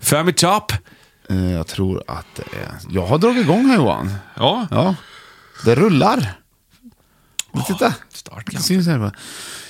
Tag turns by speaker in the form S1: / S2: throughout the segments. S1: Fem i topp.
S2: Eh, Jag tror att det är... Jag har dragit igång här Johan.
S1: Ja.
S2: Ja. Det rullar. Titta.
S1: Start
S2: Det syns här bara.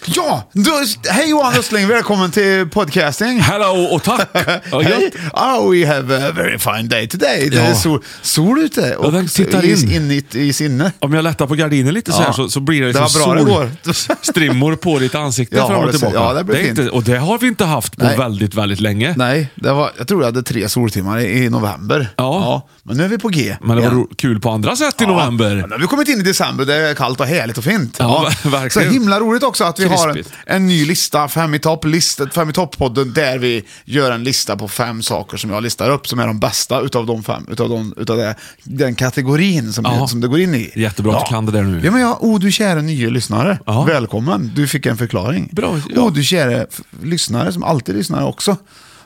S2: Ja! Då, hej Johan Östling, välkommen till podcasting.
S1: Hello och tack. Ja,
S2: Hey,
S1: gött.
S2: oh, we have a very fine day today. Det
S1: Ja.
S2: är sol, sol ute och
S1: den tittar
S2: is
S1: in.
S2: in i, i sinne.
S1: Om jag lättar på gardinen lite så
S2: Ja.
S1: här så, så blir det
S2: Det
S1: liksom
S2: var bra det går.
S1: solstrimmor på ditt ansikte
S2: Ja,
S1: fram
S2: har
S1: och
S2: det sett.
S1: tillbaka.
S2: Ja, det blir
S1: är
S2: fint.
S1: inte, och det har vi inte haft på
S2: Nej.
S1: väldigt, väldigt länge.
S2: Nej, det var, jag tror jag hade tre soltimmar i, i november.
S1: Ja.
S2: Men nu är vi på G.
S1: Men det var
S2: igen.
S1: ro- kul på andra sätt i
S2: Ja,
S1: november.
S2: men nu har vi kommit in i december, det är kallt och härligt och fint.
S1: Ja, verkligen.
S2: Så himla roligt också att vi har en,
S1: Krispigt.
S2: en ny lista, Fem i topp, listet, Fem i topp-podden, där vi gör en lista på fem saker som jag listar upp som är de bästa utav de fem, utav, de, utav det, den kategorin som,
S1: Ja.
S2: som det går in i.
S1: Jättebra att du kan det där nu.
S2: Ja, men ja, o du käre nya lyssnare,
S1: Ja.
S2: välkommen, du fick en förklaring.
S1: Bra, ja.
S2: O du käre f- lyssnare som alltid lyssnar också.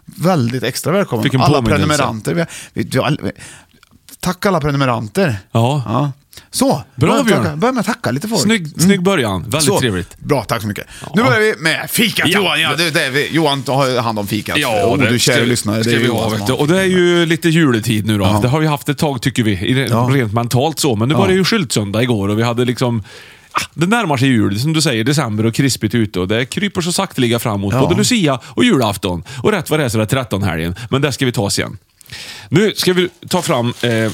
S2: Väldigt extra välkommen.
S1: Fick en
S2: alla
S1: påminnelse.
S2: prenumeranter. Vi, vi, vi, all- tack alla prenumeranter.
S1: Ja.
S2: Så,
S1: Bra,
S2: börja med att
S1: Björn.
S2: tacka- börja med att tacka lite folk. Mm.
S1: Snygg, snygg början. Väldigt
S2: Så,
S1: trevligt.
S2: Bra, tack så mycket. Nu börjar vi med fikat
S1: Ja.
S2: Johan. Ja, det, det är vi. Johan har hand om fikat.
S1: Ja,
S2: oh, du käre
S1: ska-
S2: lyssnare.
S1: ska
S2: Det är
S1: vi
S2: Johan
S1: ha,
S2: som
S1: vet du.
S2: har
S1: Och det är ju lite juletid nu då.
S2: Ja.
S1: Det har vi haft ett tag tycker vi, i det-
S2: Ja.
S1: rent mentalt så. Men nu var det ju skyltsöndag igår och vi hade liksom... ah, Det närmar sig jul, som du säger, december och krispigt ute och det kryper så sakteliga framåt.
S2: Ja.
S1: Både Lucia och julafton. Och rätt vad det är så är det 13 helgen. Men det ska vi ta sen. Nu ska vi ta fram eh,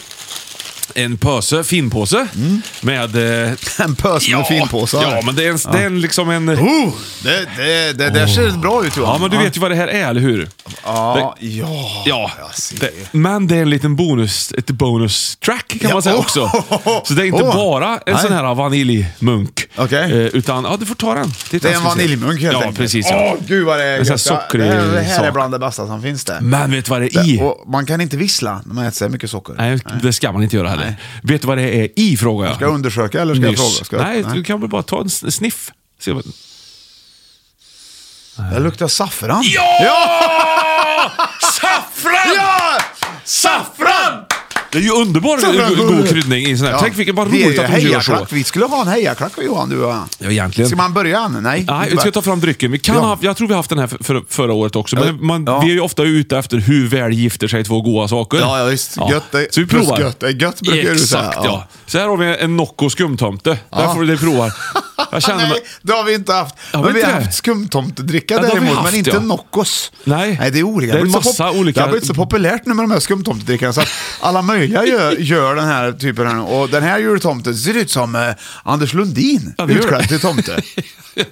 S1: en pöse, finpåse, med... Eh,
S2: Mm. En pös med finpåsar.
S1: Ja, men det är en, det är en, liksom en...
S2: Oh, det, det, det, där ser det bra ut Johan.
S1: Oh. Ja, men du vet ju vad det här är, eller hur?
S2: Ja, ja.
S1: Ja,
S2: jag ser.
S1: det, men det är en liten bonus, ett bonus track kan
S2: Ja,
S1: man säga
S2: oh,
S1: också.
S2: oh, oh,
S1: Så det är inte
S2: oh.
S1: bara en
S2: Nej.
S1: sån här vaniljmunk.
S2: Okej.
S1: Eh, utan, ja du får ta den.
S2: Det är en vaniljmunk helt
S1: Ja,
S2: enkelt.
S1: precis.
S2: Åh,
S1: Ja.
S2: gud vad det är
S1: En sån här
S2: gött. Ja,
S1: sockrig
S2: Det här, det här är
S1: sak.
S2: bland det bästa som finns det.
S1: Men vet du vad det är i?
S2: Det- Och man kan inte vissla när man äter så här mycket socker.
S1: Nej, det ska man inte göra heller. Vet du vad det är i, frågar jag.
S2: Ska jag undersöka eller ska jag fråga? Ska jag,
S1: Nej, du kan väl bara ta en s- sniff. Se vad...
S2: Det luktar saffran.
S1: Ja! Saffran!
S2: Ja!
S1: Saffran! Det är ju underbar
S2: Saffran!
S1: go- god kryddning i sån här.
S2: Ja.
S1: Tänk vilken, vad
S2: Det är
S1: roligt
S2: ju
S1: att de gör så.
S2: hejaklack. Vi skulle ha en hejaklack Johan, du och jag.
S1: Ja, egentligen.
S2: Ska man börja än? Nej.
S1: Nej,
S2: inte
S1: vi ska
S2: börja.
S1: ta fram drycken. Vi kan
S2: Ja.
S1: ha, jag tror vi har haft den här för, för, förra året också,
S2: Ja.
S1: men man,
S2: Ja.
S1: vi är ju ofta ute efter hur väl gifter sig två goda saker.
S2: Ja, ja, visst. Gött är-
S1: Så vi
S2: plus
S1: provar.
S2: gött är gött, brukar du säga.
S1: Exakt, ja.
S2: Ja.
S1: Så här har vi en Nocco skumtomte. Där
S2: Ja.
S1: får vi det prova. Jag känner mig...
S2: Nej, det har vi inte haft.
S1: Har vi
S2: men vi
S1: inte
S2: har
S1: det?
S2: haft skumtomtedricka
S1: Ja, det har vi
S2: däremot,
S1: haft,
S2: men inte
S1: ja.
S2: Noccos.
S1: Nej.
S2: Nej, det är olika.
S1: Det är en
S2: blivit så
S1: massa
S2: pop-
S1: olika-
S2: Det har blivit så populärt nu med de här skumtomtedrickarna så att alla möjliga gör, gör den här typen här nu. Och den här jultomten ser ut som eh, Anders Lundin,
S1: Ja, det gör det.
S2: utklädd till tomte.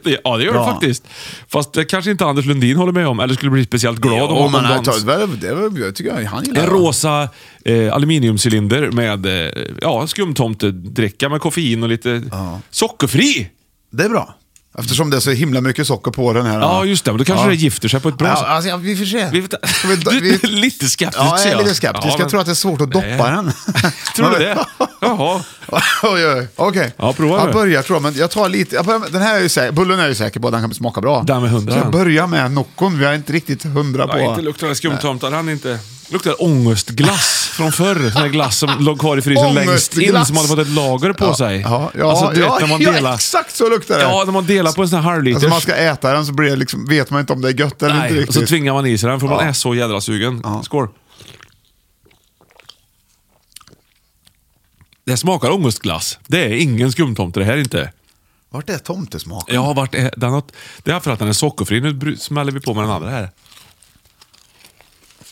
S1: Det- ja, det gör
S2: Bra.
S1: det faktiskt. Fast det kanske inte Anders Lundin håller med om, eller skulle bli speciellt glad om
S2: och
S1: om
S2: man har
S1: dans.
S2: tagit, väl, det var- jag tycker jag, han gillar
S1: En
S2: det.
S1: rosa eh, aluminiumcylinder med eh, ja, skumtomtedricka med koffein och lite sockerfri.
S2: Det är bra. Eftersom det är så himla mycket socker på den här.
S1: Ja, just det. Men då kanske
S2: Ja.
S1: det gifter sig på ett bra
S2: Ja,
S1: sätt.
S2: alltså, ja, vi får se.
S1: Vi vet-
S2: Ska vi-
S1: Du är
S2: vi-
S1: lite skeptisk,
S2: Ja, jag
S1: ser
S2: är
S1: jag.
S2: lite skeptisk.
S1: Ja, men-
S2: Jag tror att det är svårt att doppa
S1: Nej.
S2: den.
S1: Tror du det? Jaha.
S2: oj, oj. Okej.
S1: Ja, prova
S2: Jag
S1: du.
S2: börjar tror jag, men jag tar lite. Jag börjar, med- den här är ju säker, bullen är jag ju säker på, den kan smaka bra.
S1: Den med hundra.
S2: Så jag börjar med Noccon, vi har inte riktigt hundra på.
S1: Nej, inte luktar det skumtomtar. Han inte. Luktar ångestglass från förr. Sån här glass som låg kvar i frysen längst in,
S2: Ångestglass.
S1: som hade fått ett lager på
S2: ja,
S1: sig.
S2: Ja, ja,
S1: alltså, du
S2: ja,
S1: vet, när man
S2: ja,
S1: delar...
S2: exakt så luktar det.
S1: Ja, när man delar på en sån här halvliters.
S2: alltså, man ska äta den så blir det liksom, vet man inte om det är gött eller inte
S1: Nej, och
S2: riktigt.
S1: så tvingar man i sig den för man
S2: Ja.
S1: är så jädra sugen.
S2: Ja.
S1: Skål. Det smakar ångestglass. Det är ingen skumtomte det här inte.
S2: Vart är tomtesmaken?
S1: Jag har varit, eh, den har, det är för att den är sockerfri. Nu bru- smäller vi på med den andra här.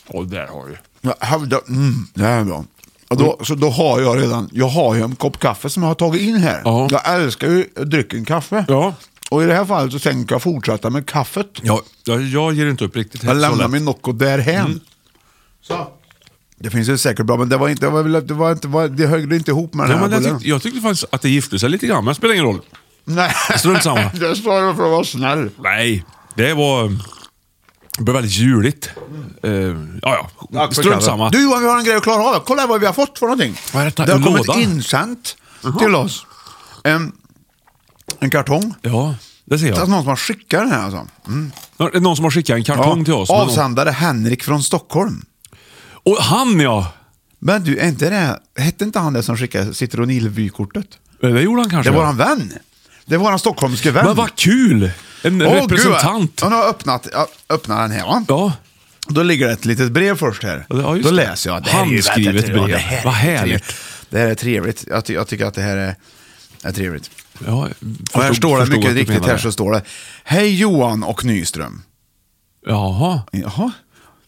S1: Åh, där har du.
S2: Jag hävdar, mm, det här är bra. Och då,
S1: Mm.
S2: så då har jag redan, jag har ju en kopp kaffe som jag har tagit in här.
S1: Ja.
S2: Jag älskar ju drycken kaffe.
S1: Ja.
S2: Och i det här fallet så tänker jag fortsätta med kaffet.
S1: Ja, jag, jag ger inte upp riktigt.
S2: Jag
S1: Så
S2: lämnar
S1: lätt.
S2: min Nocco därhän.
S1: Mm.
S2: Så. Det finns ju säkert bra, men det var inte, det var, väl- det var inte, var, det högde inte ihop med
S1: Ja,
S2: den här
S1: men jag,
S2: bullen.
S1: tyckte, jag tyckte faktiskt att det gifte sig lite grann, men det spelar ingen roll.
S2: Nej,
S1: Strunt samma.
S2: det sa jag för att vara snäll.
S1: Nej, det var... eh, Det blev väldigt juligt. Eh, ja, ja. Strunt samma.
S2: Du Johan, vi har en grej att klara av. Kolla här vad vi har fått för någonting.
S1: Vad är detta?
S2: Det har
S1: En
S2: kommit
S1: låda?
S2: insänt till oss. En, en kartong.
S1: Ja, det ser
S2: Det är
S1: jag.
S2: Alltså, någon som har skickat den här alltså. Mm.
S1: Ja, det är Någon som har skickat en kartong till oss. men någon-
S2: Avsändare Henrik från Stockholm.
S1: Och han ja!
S2: Men du, är inte det, hette inte han det som skickade Citronilvykortet?
S1: Eh, Det gjorde han
S2: Det
S1: kanske.
S2: var våran vän. Det var våran stockholmske vän.
S1: Men vad kul! En
S2: Åh,
S1: representant.
S2: gud, Hon har öppnat, ja, öppnat den här va?
S1: Ja.
S2: Då ligger det ett litet brev först här.
S1: Ja, just
S2: Då
S1: det.
S2: läser jag. Det här är ju-
S1: Handskrivet
S2: vänta, ja,
S1: brev.
S2: det här är
S1: Vad härligt.
S2: trevligt. Det här är trevligt. Jag, ty- jag tycker att det här är, är trevligt.
S1: ja
S2: och här
S1: förstod-
S2: står det
S1: förstod
S2: mycket
S1: att du
S2: riktigt,
S1: menar
S2: här
S1: det.
S2: så står det Hej Johan och Nyström.
S1: Jaha.
S2: Jaha.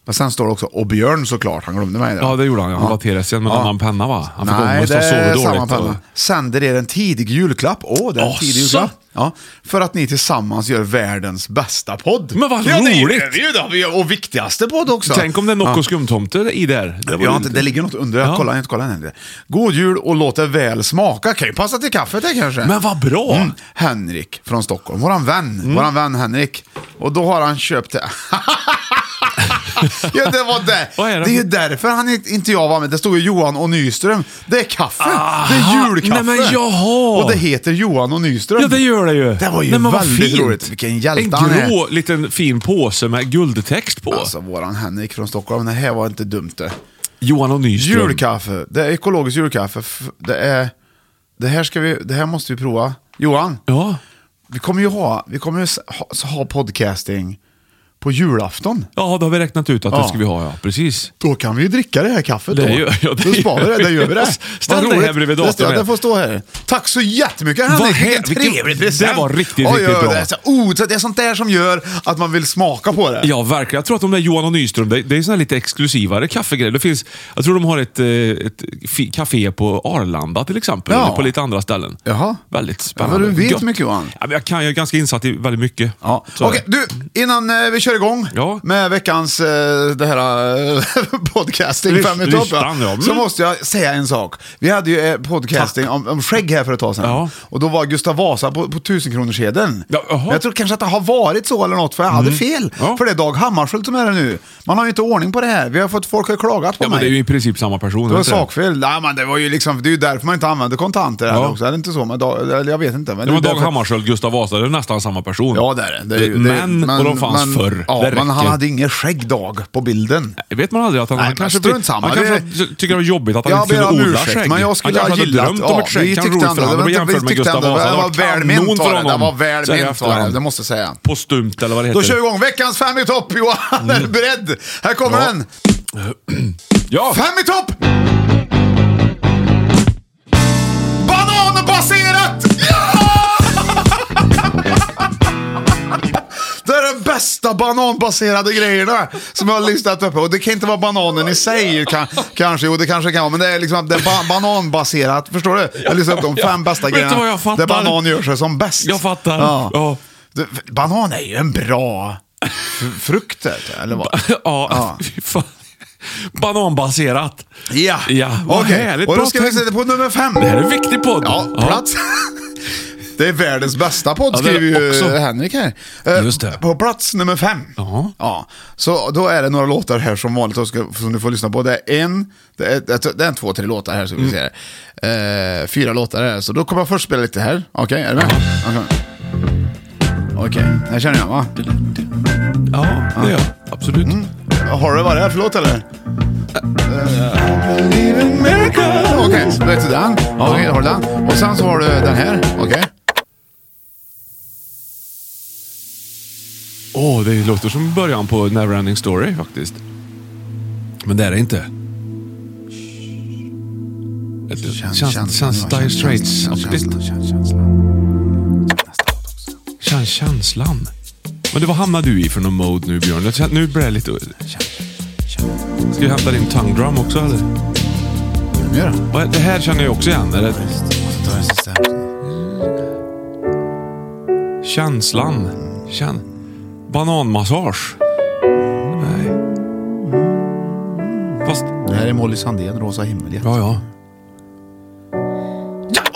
S2: Men sen står det också, och Björn såklart, han glömde mig där.
S1: Ja, det gjorde han. Han var TSN med en annan penna, va? Han fick
S2: Nej,
S1: ångest
S2: det
S1: och sov
S2: är
S1: dåligt
S2: samma
S1: och-
S2: penna. Sänder er en tidig julklapp. Åh, det är en
S1: Asså?
S2: tidig julklapp. Ja, för att ni tillsammans gör världens bästa podd.
S1: Men vad
S2: ja, det
S1: roligt!
S2: gör vi ju då. Vi gör- Och viktigaste podd också.
S1: Tänk om det är Nocco skumtomte i där.
S2: Det,
S1: var
S2: ja,
S1: ju
S2: inte,
S1: lite-
S2: det ligger något under. Jag
S1: Ja.
S2: kollar inte, kollar inte. God jul och låt det väl smaka. Kan ju passa till kaffet det kanske. Mm.
S1: Men vad bra! Mm.
S2: Henrik från Stockholm, våran vän. Våran vän Henrik. Och då har han köpt det. ja, det var det.
S1: Vad är det?
S2: det är ju därför han inte- inte jag var med. Det stod ju Johan och Nyström. Det är kaffe. Det är
S1: Aha.
S2: julkaffe.
S1: Nej, men jaha.
S2: Och det heter Johan och Nyström.
S1: Ja, det gör det ju.
S2: Det var ju
S1: Nej, men vad
S2: väldigt
S1: fint.
S2: roligt. Vilken hjälte
S1: En
S2: han är.
S1: grå liten fin påse med guldtext på.
S2: Alltså, våran Henrik från Stockholm. Det här var inte dumt det.
S1: Johan och Nyström.
S2: Julkaffe. Det är ekologiskt julkaffe. F- Det, är, det, här ska vi, det här måste vi prova. Johan,
S1: Ja.
S2: vi kommer ju ha, vi kommer ju s- ha, s- ha podcasting på julafton.
S1: ja, då har vi räknat ut att det
S2: Ja.
S1: ska vi ha, ja. Precis.
S2: Då kan vi ju dricka det här kaffet.
S1: Det
S2: då
S1: gör- ja, det
S2: då sparar vi
S1: gör
S2: det. Då
S1: vi.
S2: gör vi det.
S1: Ställ
S2: Vad
S1: dig här
S2: roligt.
S1: bredvid
S2: Det-
S1: datorn.
S2: Det får stå här. Tack så jättemycket
S1: Vad
S2: Henrik.
S1: här-
S2: Vilken
S1: vilken-
S2: trevlig
S1: det
S2: present.
S1: var riktigt,
S2: Oj,
S1: riktigt
S2: oj,
S1: bra.
S2: Det är, så, oh, så det är sånt där som gör att man vill smaka på det.
S1: Ja, verkligen. Jag tror att de där Johan och Nyström, det, det är såna här lite exklusivare kaffegrejer. Det finns, jag tror de har ett, eh, ett fi- café på Arlanda till exempel,
S2: Ja.
S1: eller på lite andra ställen.
S2: Jaha.
S1: Väldigt
S2: Ja,
S1: spännande.
S2: men du vet
S1: Gött.
S2: mycket, Johan.
S1: Ja, men jag, kan, jag är ganska insatt i väldigt mycket.
S2: Ja.
S1: Så är
S2: Okej,
S1: det.
S2: du, innan eh, vi kör igång
S1: Ja.
S2: med veckans eh, det här, eh, podcasting
S1: Lys-
S2: fem i topp,
S1: listan, ja. Mm.
S2: så måste jag säga en sak. Vi hade ju eh, podcasting om, om skägg här för ett tag sedan.
S1: Ja.
S2: Och då var Gustav Vasa på, på 1000-kronorssedeln.
S1: Ja, jaha. Mm.
S2: Men jag tror kanske att det har varit så eller något, för jag hade fel.
S1: Ja.
S2: För det är Dag Hammarskjöld som är det nu. Man har ju inte ordning på det här. Vi har fått folk har klagat på
S1: Ja, men
S2: mig.
S1: det är ju i princip samma person.
S2: Det var
S1: inte det?
S2: sakfel. Nej, men det var ju liksom, det är ju därför man inte använder kontanter här
S1: Ja.
S2: också. Är det inte så? Men Dag- eller jag vet inte. Men
S1: Det var
S2: är
S1: Dag
S2: därför-
S1: Hammarskjöld, Gustav Vasa, det är nästan samma person.
S2: Ja, det är det. det, är ju- det är-
S1: Eh, men, och de fanns
S2: men-
S1: förr.
S2: Ja,
S1: det
S2: men han
S1: räcker. Eh,
S2: hade ingen skäggdag på bilden.
S1: Det vet man aldrig. Att han,
S2: Nej,
S1: han
S2: men
S1: kanske,
S2: strunt
S1: blir-
S2: samma.
S1: han
S2: Det-
S1: kanske tycker det var jobbigt att han
S2: Jag
S1: inte
S2: ber om
S1: kunde odla
S2: ursäkt,
S1: skägg. Alltså,
S2: men jag skulle
S1: han
S2: ha
S1: kanske
S2: gillat-
S1: hade drömt om
S2: ja,
S1: ett
S2: vi
S1: skägg. Han
S2: tyckte
S1: roligt
S2: ändå-
S1: för
S2: det
S1: honom.
S2: var
S1: Det
S2: inte-
S1: jämfört
S2: vi
S1: med
S2: tyckte
S1: Gustav
S2: ändå-
S1: Vasa.
S2: det var väl
S1: kanon
S2: mint
S1: för
S2: var det.
S1: honom.
S2: Det var väl
S1: Så här i
S2: mint var det,
S1: efterhand.
S2: det måste jag säga.
S1: Postumt eller vad det heter.
S2: Då kör vi igång veckans Fem i topp, Johan. Är du beredd? Här kommer
S1: Mm. Ja.
S2: den.
S1: Ja!
S2: Fem i topp! Bananbaserat! Ja! Det är den bästa bananbaserade grejerna som jag har listat upp. Och det kan inte vara bananen i sig kan, kanske, jo det kanske kan vara, men det är liksom det är ba- bananbaserat. Förstår du? Jag har listat upp de
S1: Ja,
S2: fem bästa
S1: vet du vad
S2: grejerna
S1: jag fattar?
S2: där banan gör sig som bäst.
S1: Jag fattar. Ja.
S2: Du, Banan är ju en bra fr- frukt, eller vad?
S1: Ja, fy fan. Bananbaserat.
S2: Ja,
S1: Ja, vad
S2: okej.
S1: härligt.
S2: Och
S1: Bra
S2: då ska vi
S1: tänkt.
S2: sätta på nummer fem.
S1: Det här är en viktig podd.
S2: Ja, plats. Det är världens bästa podd
S1: Ja, det är
S2: skriver ju
S1: också.
S2: Henrik här. Eh,
S1: Just det.
S2: På plats nummer fem.
S1: Ja.
S2: Ja. Så då är det några låtar här som vanligt och ska- som du får lyssna på. Det är en, det är, det är- det är en, två, tre låtar här som vi
S1: Mm.
S2: ser. Eh, fyra låtar här. Så då kommer jag först spela lite här. Okej, är du med? Okej, Okej, den här känner jag va?
S1: Ja, det gör jag. Absolut.
S2: Har du vad det är för låt eller? Eh, Okej, så vet du den. Okej, har du den. Och sen så har du den här. Okej.
S1: Åh, det låter som början på Neverending Story faktiskt. Men det är det inte. Det
S2: Känn-
S1: känns,
S2: känn-
S1: känns, känns
S2: känn-
S1: Dire
S2: känn-
S1: Straits-aktigt.
S2: känn- känn- känslan.
S1: Känns känslan. Men det, vad hamnar du i för någon mode nu Björn? Jag känner, nu blir det lite... Ska vi hämta din tongue drum också eller?
S2: Nu gör den.
S1: Vad är- Det här känner jag också igen. Är det
S2: Så tar jag sista.
S1: känslan? Känn... Bananmassage? Nej. Fast...
S2: Det här är Molly Sandén, Rosa himmel.
S1: Ja, ja.
S2: Ja,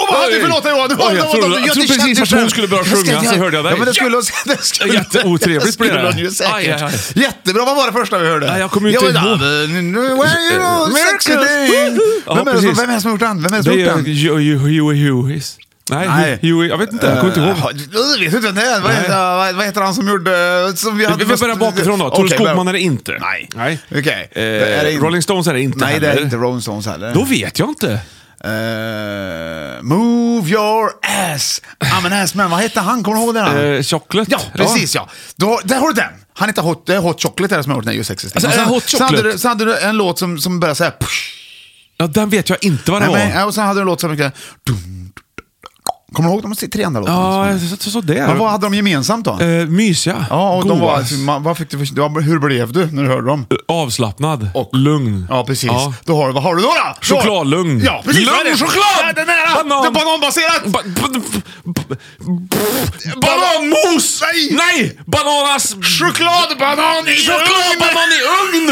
S2: och vad hade vi för låt Johan?
S1: Oj, jag trodde- jag trodde precis att hon skulle börja sjunga, så hörde jag dig.
S2: Ja, men det skulle hon... Det skulle,
S1: Jätteotrevligt
S2: det skulle
S1: blev det.
S2: hon ju säkert.
S1: Aj, aj, aj.
S2: Jättebra, vad var det första vi hörde?
S1: Nej, jag kommer ju inte ihåg. Eh,
S2: ihåg. Vem är det som- vem är det som har gjort den? Vem är det som
S1: Det
S2: har gjort
S1: är
S2: den?
S1: ju- ju- Huey Hueys. Nej,
S2: Nej.
S1: Huey, jag vet inte. Jag kommer inte ihåg.
S2: Eh, Du vet inte vem det är. Vad heter, vad- vad heter han som gjorde... Som vi hade
S1: Vi vi börjar bakifrån då. Tore
S2: Okej,
S1: Skogman
S2: börja-
S1: är det inte.
S2: Nej.
S1: Nej.
S2: Okej.
S1: Eh,
S2: Är det in-
S1: Rolling Stones är det inte
S2: Nej, det är
S1: heller.
S2: inte Rolling Stones heller.
S1: Då vet jag inte.
S2: Eh, move your ass. I'm an ass man. Vad hette han? Kommer du ihåg den?
S1: Eh, Chocolate.
S2: Ah. Ja, precis ja. Då, där har du den. Han heter Hot, det är hot Chocolate där som har gjort den här U60.
S1: Alltså, är det Hot
S2: sen, hade
S1: Chocolate?
S2: du, sen hade du en låt som, som började såhär...
S1: Ja, den vet jag inte vad det
S2: Nej,
S1: var.
S2: men, ja, och sen hade du en låt som... mycket- dum, dum, dum. Kommer du ihåg de tre andra låtarna?
S1: Ja, så, så, så där.
S2: Men vad hade de gemensamt då?
S1: Eh, mysiga.
S2: ja, och de
S1: Goa.
S2: var... Man, vad fick du för, ja, hur blev du när du hörde dem?
S1: Avslappnad.
S2: Och-
S1: Lugn.
S2: Ja, precis.
S1: Ja.
S2: Då har, du- vad har du då? då? Då-
S1: Chokladlugn.
S2: Ja, precis.
S1: Lugn
S2: Vad är det?
S1: choklad!
S2: Ja, det är nära.
S1: Banan.
S2: Det är bananbaserat.
S1: Ba- ba- ba- ba- Bananmos!
S2: Nej!
S1: Nej! Bananas...
S2: Chokladbanan i
S1: Chokladbanan i ugn!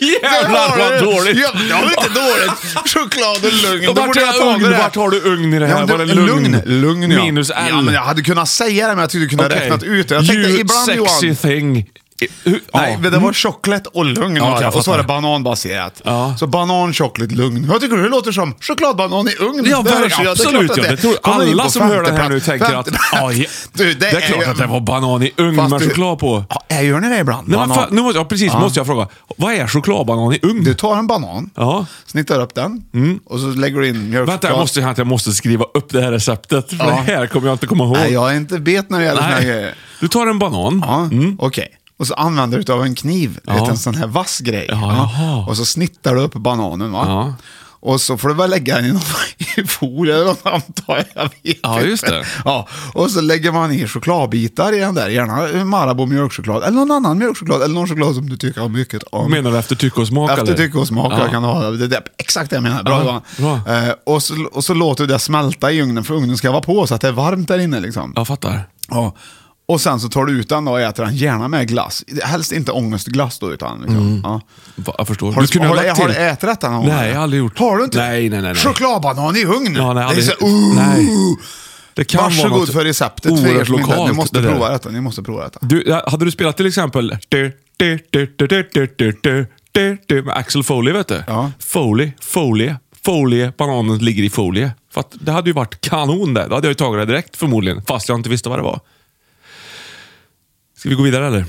S1: Jävlar vad dåligt!
S2: Ja, det var inte dåligt. Choklad och lugn.
S1: Och
S2: Då
S1: vart,
S2: borde
S1: är
S2: jag ta
S1: ugn?
S2: det där.
S1: vart har du ugn i det här?
S2: Ja,
S1: var
S2: men det-
S1: det lugn?
S2: Lugn, lugn ja.
S1: Minus L.
S2: Ja, men jag hade kunnat säga det, men jag tyckte du kunde ha
S1: Okej.
S2: räknat ut det. Jag tänkte
S1: you
S2: ibland
S1: sexy
S2: Johan...
S1: thing. I- hur-
S2: Nej,
S1: ja. Mm.
S2: men det var choklad och lugn.
S1: Ja,
S2: var det.
S1: jag
S2: och så var det
S1: fattar.
S2: bananbaserat.
S1: Ja.
S2: Så banan, choklad, lugn. Jag tycker det låter som chokladbanan i ugn.
S1: Ja,
S2: Det hörs ju.
S1: verkligen.
S2: Ja, det är
S1: absolut.
S2: klart
S1: Ja.
S2: att
S1: Det tror
S2: Kommer in
S1: alla
S2: på
S1: som hör det här nu
S2: femte
S1: tänker
S2: plats.
S1: att ja, ja,
S2: Du,
S1: det är
S2: ju-
S1: klart att det var banan i ugn
S2: Fast
S1: med
S2: du-
S1: choklad på.
S2: Ja, jag gör ni det ibland?
S1: Nej, men
S2: Banan.
S1: fa- nu måste, ja, precis. måste jag fråga. Vad är chokladbanan i ugn?
S2: Du tar en banan,
S1: Ja. Mm.
S2: snittar upp den och så lägger du in mjölkchoklad.
S1: Vänta, jag måste, jag måste skriva upp det här receptet. För
S2: Ja.
S1: det här kommer jag inte komma ihåg.
S2: Nej, jag är inte bet när det gäller såna här grejer.
S1: Du tar en banan.
S2: Ja,
S1: Mm.
S2: okej. Och så använder du av en kniv, du vet, en sån här vass grej.
S1: Ja, jaha.
S2: Och så snittar du upp bananen. Va?
S1: Ja.
S2: Och så får du väl lägga den i någon- i folie eller något antar jag. jag. vet
S1: Ja,
S2: inte.
S1: just det.
S2: Ja, och så lägger man i chokladbitar i den där. Gärna Marabou mjölkchoklad eller någon annan mjölkchoklad eller någon choklad som du tycker mycket om.
S1: Menar du efter tycke och smak?
S2: Efter
S1: eller?
S2: tycke och smak,
S1: Ja.
S2: jag kan ha det. det. det- Exakt det jag menar. Bra,
S1: Ja,
S2: Johan.
S1: bra.
S2: Eh, och, så, och så låter du det smälta i ugnen, för ugnen ska vara på så att det är varmt där inne. Liksom.
S1: Jag fattar.
S2: Ja. Och sen så tar du ut den då och äter den, gärna med glass. Helst inte ångestglass då, utan liksom.
S1: Mm.
S2: ja.
S1: Va- Jag förstår.
S2: Har du,
S1: kunde
S2: har, du,
S1: lagt
S2: har du
S1: till.
S2: ätit detta någon gång?
S1: Nej, jag har aldrig gjort.
S2: Har du inte?
S1: Nej, nej, nej, nej.
S2: Chokladbanan i ugn!
S1: Ja, nej,
S2: det är
S1: aldrig.
S2: så, uh,
S1: Nej. Det kan
S2: Varsågod
S1: vara något
S2: för receptet för er
S1: oerhört
S2: som inte...
S1: lokalt,
S2: Ni måste
S1: det där.
S2: prova detta, ni måste prova detta.
S1: Du, ja, hade du spelat till exempel du, du, du, du, du, du, du, du, du, du, med Axel Foley, vet du?
S2: Ja.
S1: Foley, folie, folie, bananen ligger i folie. För att det hade ju varit kanon där. Då hade jag ju tagit det direkt förmodligen, fast jag inte visste vad det var. Ska vi gå vidare eller?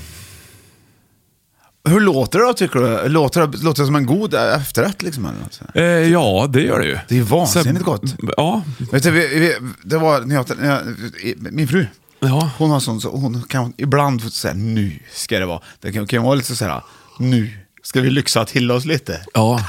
S2: Hur låter det då, tycker du? Låter det, låter det som en god efterrätt liksom? Eller något sånt?
S1: Eh, ja, det gör det ju.
S2: Det är vansinnigt gott.
S1: Ja.
S2: Vet du, vi, vi, det var när jag, när jag, min fru,
S1: Ja.
S2: hon har sån, så hon kan ibland få säga nu ska det vara. Det kan, kan vara lite så här, nu ska vi lyxa till oss lite.
S1: ja.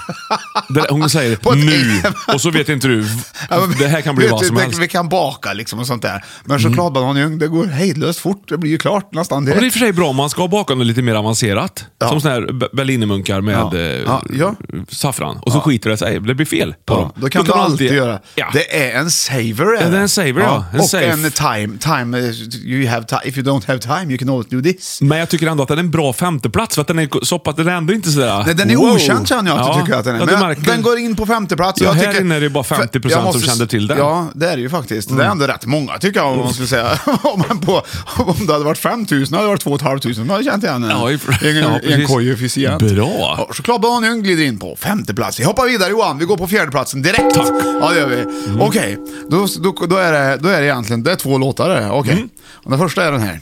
S1: Det, hon
S2: På
S1: säger
S2: ett-
S1: nu, och så vet inte du.
S2: Ja, men-
S1: Det här kan bli
S2: vet
S1: vad
S2: du,
S1: som
S2: det-
S1: helst. Mm.
S2: Vi kan baka liksom och sånt där. Men chokladbanan i ugn, det går hejdlöst fort. Det blir ju klart nästan
S1: Ja, men det är i och
S2: direkt.
S1: för sig bra om man ska ha bakat något lite mer avancerat.
S2: Ja.
S1: Som sådana här be- berlinermunkar med
S2: Ja.
S1: eh,
S2: Ja, ja.
S1: saffran. Och så skiter det sig. Det blir fel på dem.
S2: Ja, då kan du
S1: man
S2: alltid göra.
S1: Ja.
S2: Det är en saver.
S1: Ja, det är en saver, ja. En
S2: och
S1: safe.
S2: en time. time eh, you have ti- if you don't have time you can always do this.
S1: Men jag tycker ändå att den är en bra femteplats. För att den är så pass, den är ändå inte lite sådär...
S2: Nej, den är
S1: wow.
S2: okänd känner jag att du tycker att den är.
S1: Ja,
S2: Men
S1: du
S2: jag,
S1: märker.
S2: den går in på femte plats.
S1: Ja,
S2: jag
S1: här
S2: tycker,
S1: inne är det bara 50%
S2: jag
S1: som kände till den. Mm.
S2: Ja, det är det ju faktiskt. Det är ändå rätt många tycker jag om man skulle säga. om, man på, om det hade varit 5 000 hade det varit 2 500 som hade känt igen den.
S1: Ja, i-
S2: Ingen,
S1: ja, precis.
S2: en koefficient.
S1: Bra.
S2: Ja, Chokladbanjön glider in på femte plats. Vi hoppar vidare Johan, vi går på fjärde platsen direkt.
S1: Tack. Mm.
S2: Ja, det gör vi. Okej, då, då, då, är det, då är det egentligen, det är två låtar det. Okej.
S1: Mm.
S2: Och Den första är den här.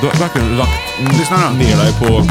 S1: Du har verkligen lagt
S2: Lyssna nu.
S1: ner dig på...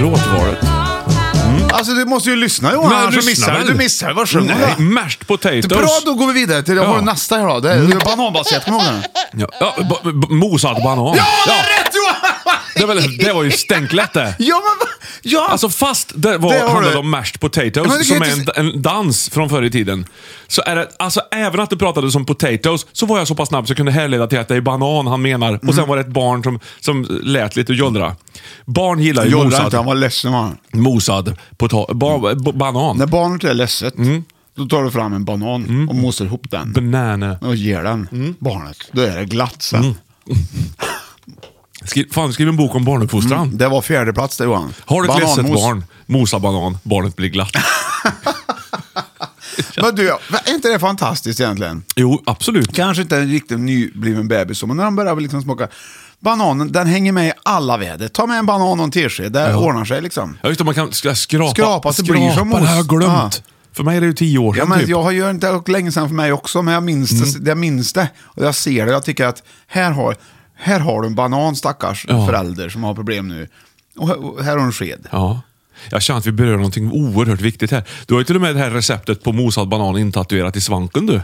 S3: Råtvalet.
S1: Mm.
S2: Alltså du måste ju lyssna Johan,
S1: Men
S2: annars så
S1: lyssna
S2: missar
S1: väl.
S2: du. Du missar vad sjunger
S1: Nej, mm.
S2: va?
S1: mashed potatoes.
S2: Bra, då går vi vidare till
S1: Ja. Mm.
S2: ja. nästa här då. Det är, det är bananbaserat, kommer du ihåg den?
S1: Ja, ja, b- b- mosad banan.
S2: Ja, det är rätt Johan!
S1: Det, var, det var ju stänklätt det.
S2: Ja, men va? Ja!
S1: Alltså fast det, var,
S2: Det har du.
S1: handlade om mashed
S2: Men du
S1: potatoes,
S2: kan
S1: som är
S2: ju
S1: en,
S2: inte
S1: en dans från förr i tiden. Så är det, alltså även att det pratades om potatoes, så var jag så pass snabb så jag kunde härleda till att det är banan han menar. Och
S2: Mm.
S1: sen var det ett barn som, som lät lite och jollra. Barn gillar ju
S2: Jolla inte,
S1: mosad,
S2: han var Mm. ledsen
S1: Mm.
S2: man.
S1: mosad pota- ba, b- banan.
S2: När barnet är ledset,
S1: Mm.
S2: då tar du fram en banan och mosar ihop den.
S1: Banana.
S2: och ger den
S1: Mm.
S2: barnet. Då är det glatt Mm. sen.
S1: Skri, fan, skriv en bok om barnuppfostran.
S2: Det var fjärde plats det Johan.
S1: Har du ett
S2: Mm. Bananmos.
S1: ledset barn, mosa banan, barnet blir glatt.
S2: Men du, är inte det fantastiskt egentligen?
S1: Jo, absolut.
S2: Kanske inte en riktigt nybliven bebis, så, men när de börjar liksom smaka. Bananen, den hänger med i alla väder. Ta med en banan och en tesked, det ordnar sig liksom.
S1: Ja, just det, man kan sk- skrapa.
S2: Skrapa, så det blir som
S1: det har jag
S2: ost.
S1: glömt. För mig är det ju tio år sedan
S2: Ja, men
S1: typ.
S2: Jag har ju inte det var länge sedan för mig också, men jag minns, det, jag minns det. Och jag ser det, jag tycker att här har, här har du en banan stackars
S1: Ja.
S2: förälder som har problem nu. Och här- och här har du en sked.
S1: Ja. Jag känner att vi berör någonting oerhört viktigt här. Du har ju till och med det här receptet på mosad banan intatuerat i svanken du.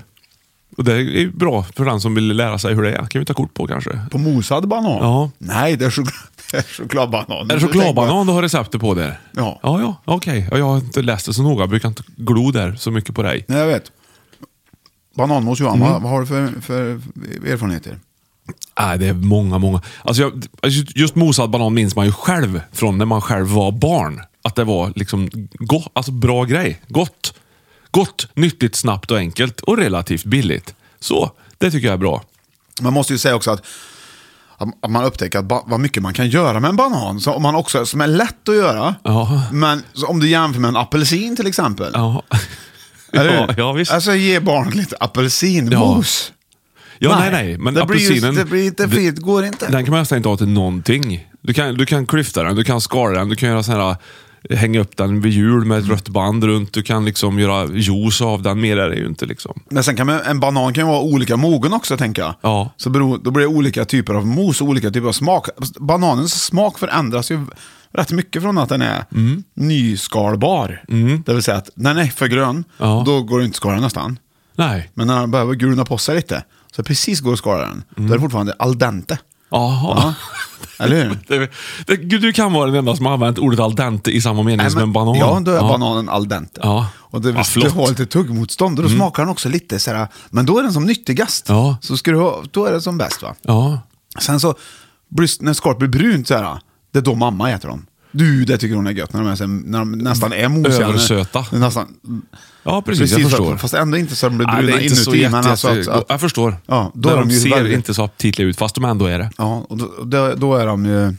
S1: Och det är ju bra för den som vill lära sig hur det är. kan vi ta kort på kanske.
S2: På mosad banan?
S1: Ja.
S2: Nej, det är, choklad, det är chokladbanan.
S1: Är det chokladbanan du har receptet på där?
S2: Ja.
S1: Ja, ja okej. Ja, Jag har inte läst det så noga. Jag brukar inte glo där så mycket på dig.
S2: Nej, jag vet. Bananmos Johan, vad, vad har du för, för erfarenheter?
S1: Nej, det är många, många. Alltså jag, alltså just mosad banan minns man ju själv från när man själv var barn. Att det var liksom go- alltså bra grej. Gott. Gott, nyttigt, snabbt och enkelt och relativt billigt. Så, det tycker jag är bra.
S2: Man måste ju säga också att att- att man upptäcker att ba- vad mycket man kan göra med en banan, så om man också, som är lätt att göra.
S1: Ja.
S2: Men så om du jämför med en apelsin till exempel.
S1: Ja,
S2: Eller hur?
S1: ja, ja visst.
S2: Alltså ge barnet lite apelsinmos.
S1: ja, nej, nej. Men
S2: det blir ju-
S1: apelsinen...
S2: det blir inte
S1: det-
S2: fint, går inte.
S1: Den kan man nästan inte ha till någonting. Du kan, du kan klyfta den, du kan skala den, du kan göra sån här, eh, hänga upp den vid hjul med ett
S2: Mm.
S1: rött band runt. Du kan liksom göra juice av den. Mer är det ju inte. liksom.
S2: Men sen kan man, en banan kan ju vara olika mogen också tänker jag.
S1: Ja.
S2: Så beror, då blir det olika typer av mos och olika typer av smak. Bananens smak förändras ju rätt mycket från att den är
S1: Mm.
S2: nyskalbar. Det vill säga att när den är för grön,
S1: Ja.
S2: då går det inte att skala nästan.
S1: Nej.
S2: Men när den börjar gulna på sig lite, så precis går att skala den,
S1: Mm.
S2: då är det fortfarande al dente.
S1: Jaha.
S2: Eller hur?
S1: Det, det, gud, du kan vara den enda som har använt ordet al dente i samma mening
S2: Nej,
S1: som
S2: men-
S1: en banan.
S2: Ja, då är bananen al dente.
S1: Ja.
S2: Och det,
S1: Ja,
S2: visst, du
S1: flott. Mm.
S2: har lite tuggmotstånd och då smakar den också lite så här, men då är den som nyttigast.
S1: Ja.
S2: Så ska du, ha- då är den som bäst va.
S1: Ja.
S2: Sen så, brust, när skorp blir brunt så här, det är då mamma äter dem. Du, det tycker hon är gött när de, är, så- när de nästan är mosiga.
S1: Översöta.
S2: När- Nästan,
S1: ja, precis. jag
S2: så-
S1: förstår.
S2: Fast ändå inte så att de blir
S1: Nej,
S2: bruna
S1: det är inte
S2: inuti.
S1: så jätte,
S2: men alltså att- att-
S1: Jag förstår.
S2: Ja, då
S1: Där
S2: är de,
S1: de
S2: ju
S1: ser
S2: väldigt-
S1: inte så aptitliga ut, fast de ändå är det.
S2: Ja, och då, och då, då är de ju...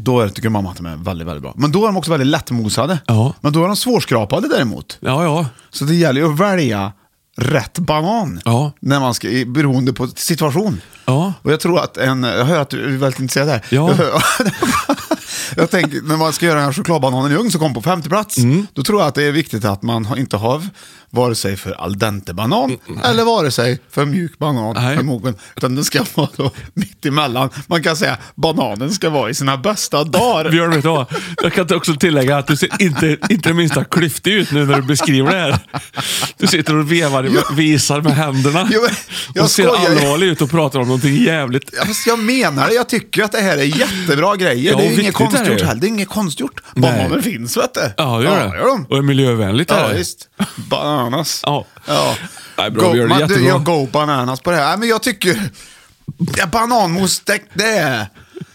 S2: Då är, tycker mamma att de är väldigt, väldigt bra. Men då är de också väldigt lättmosade.
S1: Ja.
S2: Men då är de svårskrapade däremot.
S1: Ja, ja.
S2: Så det gäller ju att välja rätt banan.
S1: Ja.
S2: När man ska, i- beroende på situation.
S1: Ja.
S2: Och jag tror att en, jag hör att du är väldigt intresserad här.
S1: Ja.
S2: jag tänker, när man ska göra den här chokladbananen i ugn som kom på femte plats,
S1: Mm.
S2: då tror jag att det är viktigt att man har- inte har vare sig för al dente-banan eller vare sig för mjuk banan,
S1: Mm, Nej.
S2: för mogen, utan den ska vara då mitt emellan. Man kan säga bananen ska vara i sina bästa dagar.
S1: Björn, vet du vad? Jag kan också tillägga att du ser inte, inte det minsta klyftig ut nu när du beskriver det här. Du sitter och vevar, visar med händerna
S2: Jo, men jag
S1: och ser
S2: skojar ju.
S1: allvarlig ut och pratar om någonting jävligt.
S2: Ja, fast jag menar det, jag tycker att det här är jättebra grejer.
S1: Ja,
S2: det är ju inget
S1: viktigt är det
S2: konstgjort
S1: ju.
S2: heller, det är inget konstgjort.
S1: Nej.
S2: Bananer finns vet du.
S1: Ja, det gör det.
S2: Ja, gör de.
S1: Och är miljövänligt. är
S2: Ja,
S1: det.
S2: visst. Bananas.
S1: Ja.
S2: ja.
S1: Nej, bra, vi gör det
S2: man,
S1: jättebra.
S2: Du, jag go bananas på det här. Nej, Men jag tycker... Ja, bananmos, det, det är...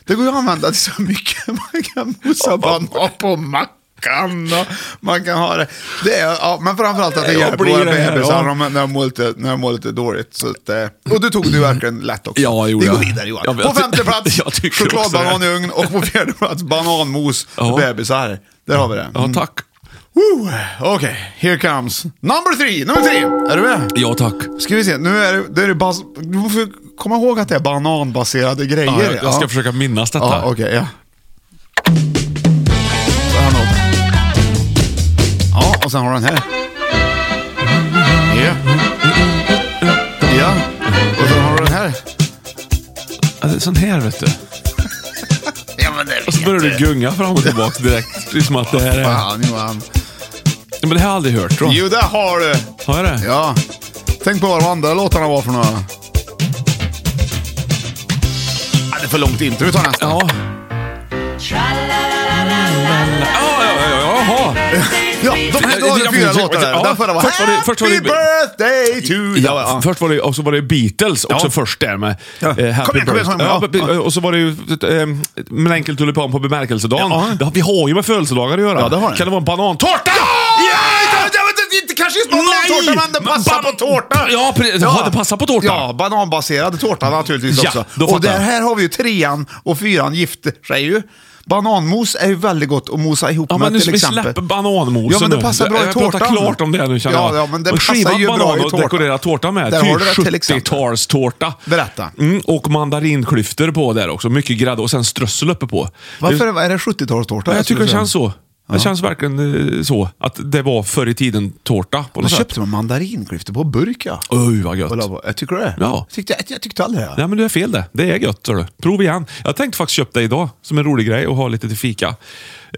S2: Det går ju att använda till så mycket. Man kan mosa banan på mackor. kan och man kan ha det. det är, ja, men framförallt att det
S1: Jag
S2: hjälper
S1: blir
S2: våra
S1: det här,
S2: bebisar
S1: ja.
S2: om- när de mår lite, när de mår lite dåligt. Så att, eh, och du tog det ju verkligen lätt också.
S1: Ja, jag gjorde
S2: Vi går
S1: det.
S2: vidare Johan.
S1: Ja, men
S2: på
S1: jag ty-
S2: femte plats,
S1: jag tycker
S2: chokladbanan
S1: också
S2: i
S1: det.
S2: ugn och på fjärde plats bananmos
S1: Ja.
S2: för bebisar. Där har vi det.
S1: Ja, tack.
S2: Woo! Okej, here comes number three. Nummer tre, är du med?
S1: Ja, tack.
S2: Ska vi se, nu är det, det är det bas, du får komma ihåg att det är bananbaserade grejer.
S1: Ja, jag, jag ska
S2: ja.
S1: försöka minnas detta.
S2: Ja, okej, ja. Så här något. Ja, och sen har den här. Ja. Ja. Och sen har du den här.
S1: Ja, det är Sån här, vet du.
S2: Ja, men det
S1: Och så börjar du gunga fram och tillbaka direkt. Det är som att det här är... Ja,
S2: Fan Johan.
S1: Men det här har jag aldrig hört. Då.
S2: Jo, det har du.
S1: Har jag det?
S2: Ja. Tänk på vad de andra låtarna var för några. Ja, det är för långt intro. Vi tar nästa.
S1: Ja. Ja, ja, ja, ja, jaha.
S2: Ja, de här, då har du fyra låtar där.
S1: Ja,
S2: Den förra var
S1: först var det- först var det-
S2: Happy birthday to you.
S1: Ja, Först var det, och så var det Beatles också
S2: Ja.
S1: först där med
S2: Ja.
S1: eh,
S2: Kom
S1: Happy
S2: igen, kom igen, kom
S1: birthday.
S2: igen.
S1: Ja,
S2: Ja.
S1: be- Och så var det ju eh, En enkel tulipan på bemärkelsedagen.
S2: Ja.
S1: Det har- Vi har ju med födelsedagar att göra.
S2: Ja, det har det.
S1: Kan det vara en banantårta?
S2: Ja, det, det, det, det, det kanske inte var tårta, men det passar
S1: ban-
S2: på tårta.
S1: Ja, precis. Ja, det passar på tårta.
S2: Ja, bananbaserad tårta naturligtvis
S1: Ja,
S2: också.
S1: då
S2: Och
S1: fattar
S2: där
S1: jag.
S2: här har vi ju trean och fyran gifter sig ju. Bananmos är ju väldigt gott att mosa ihop
S1: Ja,
S2: med
S1: men nu
S2: till
S1: vi
S2: exempel.
S1: släpper bananmosen
S2: Ja, men det
S1: nu.
S2: passar bra i
S1: Jag pratar
S2: tårtan.
S1: klart om det nu känner
S2: ja,
S1: jag.
S2: ja, men det
S1: Och
S2: passar
S1: skivad
S2: ju bra i
S1: banan och
S2: tårta.
S1: dekorera tårtan med.
S2: Där
S1: typ
S2: har du det till exempel.
S1: 70-talstårta.
S2: Berätta.
S1: Mm, och mandarinklyftor på där också. Mycket grädde och sen strössel uppe på.
S2: Varför är det 70-talstårta?
S1: Ja, jag tycker det
S2: skulle
S1: känns
S2: säga.
S1: så. Det känns verkligen eh, så. Att det var förr i tiden tårta på
S2: Då
S1: något sätt.
S2: köpte man mandarinklyftor på burk ja.
S1: Oj, vad
S2: Och
S1: gött.
S2: la på- Jag tycker det?
S1: Ja.
S2: Jag tyckte, jag, jag tyckte aldrig det.
S1: Nej, men du är fel det. Det är gött. hörru. Prov igen. Jag tänkte faktiskt köpa det idag som en rolig grej och ha lite till fika.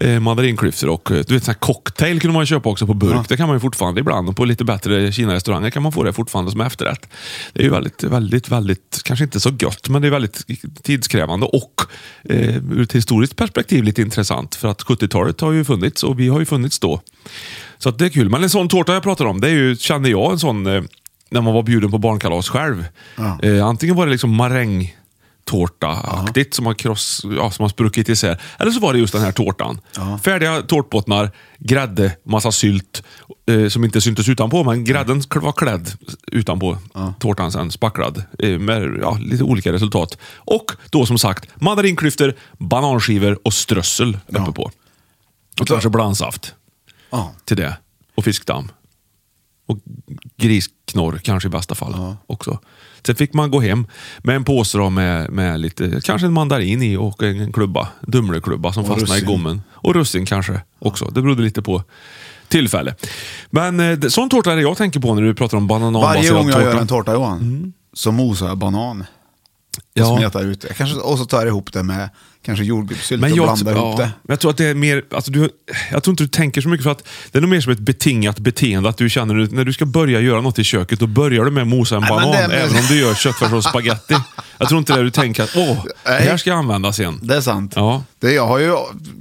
S1: Eh, mandarinklyftor och eh, du vet, sån här cocktail kunde man ju köpa också på burk. Det kan man ju fortfarande ibland. Och på lite bättre Kina-restauranger kan man få det fortfarande som efterrätt. Det är ju väldigt, väldigt, väldigt, kanske inte så gött, men det är väldigt tidskrävande och eh, ur ett historiskt perspektiv lite intressant. För att 70-talet har ju funnits och vi har ju funnits då. Så att det är kul. Men en sån tårta jag pratar om, det är ju, kände jag, en sån eh, när man var bjuden på barnkalas själv. Eh, antingen var det liksom maräng tårta-aktigt som har, kross, ja, som har spruckit isär. Eller så var det just den här tårtan. Färdiga tårtbottnar, grädde, massa sylt eh, som inte syntes utanpå, men grädden k- var klädd utanpå tårtan sen, spacklad. Eh, med ja, lite olika resultat. Och då som sagt, mandarinklyftor, bananskivor och strössel uppe på. Och kanske blandsaft
S2: Ja.
S1: till det. Och fiskdamm. Och grisknorr kanske i bästa fall också. Sen fick man gå hem med en påse då med, med lite, kanske en mandarin i och en klubba. Dumleklubba som fastnade i
S2: russin.
S1: gommen. Och russin kanske också. Det berodde lite på tillfälle. Men eh, det- sån tårta är det jag tänker på när du pratar om bananbaserad
S2: Varje
S1: tårta.
S2: gång jag gör en tårta Johan, så mosar jag banan. och
S1: Mm. Ja.
S2: smetar ut det. Jag Kanske, och så tar jag ihop det med kanske jordgubbssylt och
S1: Men jag,
S2: blandar
S1: ja,
S2: ihop det.
S1: men jag tror att det är mer, alltså du, jag tror inte du tänker så mycket för att det är nog mer som ett betingat beteende att du känner nu- när du ska börja göra något i köket, då börjar du med att mosa en
S2: Nej, men
S1: banan,
S2: det är mer-
S1: även om du gör köttfärs och spaghetti. Jag tror inte det du tänker att åh, det här
S2: Nej.
S1: ska jag använda sen.
S2: Det är sant.
S1: Ja.
S2: Det, jag har ju,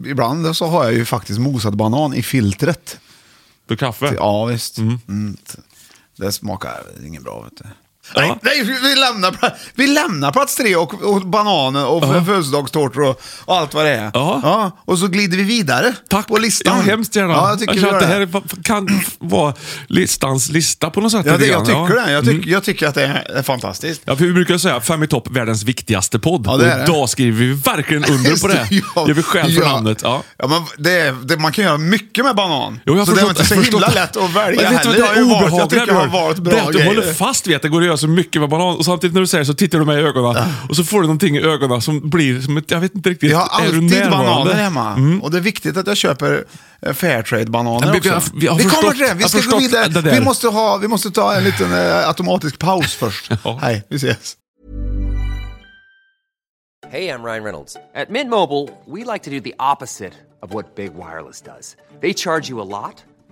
S2: ibland så har jag ju faktiskt mosad banan i filtret.
S1: För kaffe.
S2: Ja, visst. Mm. Det smakar ingen bra. Vet du.
S1: Ja.
S2: Nej, nej, vi lämnar, pla- vi lämnar plats tre och, och bananer och uh födelsedagstårtor och, och allt vad det är.
S1: Ja.
S2: Ja, och så glider vi vidare
S1: Tack.
S2: på listan.
S1: Ja, hemskt gärna.
S2: Ja, jag tycker
S1: känner
S2: vi
S1: att
S2: gör
S1: det här va- kan vara listans lista på något sätt.
S2: Ja, det,
S1: lite
S2: jag
S1: grann.
S2: tycker
S1: ja. Mm.
S2: det. Jag, tyck, jag tycker att det är är fantastiskt.
S1: Ja, för vi brukar säga Fem i topp, världens viktigaste podd.
S2: Ja, det är det.
S1: och idag skriver vi verkligen under på det.
S2: Ja,
S1: Gör vi skäl för namnet. Ja.
S2: Ja, men det, är- det, man kan göra mycket med banan.
S1: Jo, jag
S2: så det
S1: förstår,
S2: var inte så
S1: jag
S2: himla
S1: förstår.
S2: lätt att välja
S1: Men vet du
S2: heller.
S1: vad det
S2: Jag
S1: är
S2: har
S1: obehagliga
S2: ju valt- jag tycker jag har valt bra
S1: Det är att du
S2: grejer.
S1: håller fast vid att det går att göra så mycket med banan och samtidigt när du säger så tittar du mig i ögonen och så får du någonting i ögonen som blir som ett, jag vet inte riktigt.
S2: Jag har
S1: är du
S2: alltid
S1: närvarande? Mm.
S2: bananer hemma. Och det är viktigt att jag köper eh, Fairtrade-bananer
S1: Men vi-
S2: också.
S1: vi har- vi har
S2: kommer
S1: förstått-
S2: till det. Vi
S1: jag
S2: ska gå
S1: förstått
S2: vidare.
S1: det där.
S2: Vi måste, ha, vi måste ta en liten eh, automatisk paus först.
S1: Ja.
S2: Hej, vi ses.
S4: Hey, I'm Ryan Reynolds. At Mint Mobile, we like to do the opposite of what Big Wireless does. They charge you a lot,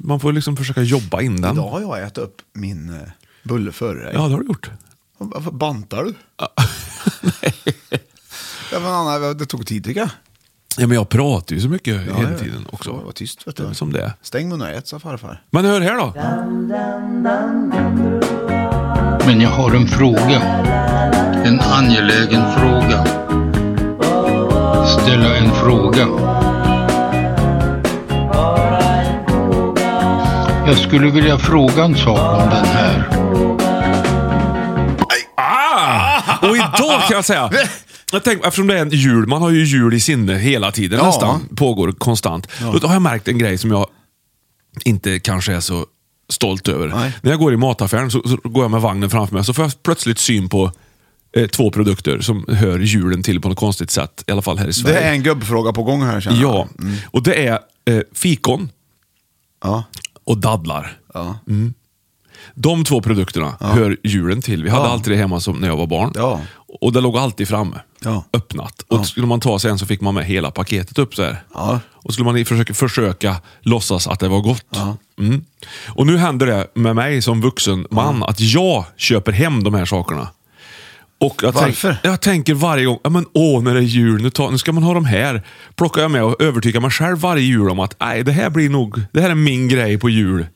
S1: Man får liksom försöka jobba in den.
S2: Idag har jag ätit upp min eh, bulle före dig.
S1: Ja, det har du gjort.
S2: Varför bantar du? ja, men Anna, det tog tid tycker jag.
S1: Ja, men jag pratar ju så mycket
S2: Ja,
S1: hela
S2: ja.
S1: tiden också.
S2: Ja, Var tyst vet
S1: Det är
S2: du.
S1: som det är.
S2: Stäng munnen och ät, sa farfar.
S1: Men hör här då.
S5: Men jag har en fråga. En angelägen fråga. Ställa en fråga. Jag skulle vilja fråga en sak om den här.
S1: Ah! Och idag kan jag säga. Jag tänker, eftersom det är en jul, man har ju jul i sinne hela tiden
S2: Ja.
S1: nästan. Pågår konstant. Då har jag märkt en grej som jag inte kanske är så stolt över.
S2: Nej.
S1: När jag går i mataffären så, så går jag med vagnen framför mig så får jag plötsligt syn på eh, två produkter som hör julen till på något konstigt sätt. I alla fall här i Sverige.
S2: Det är Mm. en gubbfråga på gång här känner jag.
S1: Ja, och det är eh, fikon
S2: Ja.
S1: och dadlar.
S2: Ja.
S1: De två produkterna hör julen till. Vi hade
S2: Ja.
S1: alltid det hemma som när jag var barn.
S2: Ja.
S1: Och det låg alltid framme.
S2: Ja.
S1: Öppnat. Och skulle man ta sig en så fick man med hela paketet upp så här.
S2: Ja.
S1: Och skulle man i- försöka, försöka låtsas att det var gott. Mm. Och nu händer det med mig som vuxen man att jag köper hem de här sakerna. Och jag
S2: Varför?
S1: Tänk, jag tänker varje gång, ja, men åh när det är jul, nu, tar, nu ska man ha de här. Plockar jag med och övertygar mig själv varje jul om att nej, det här blir nog, det här är min grej på jul.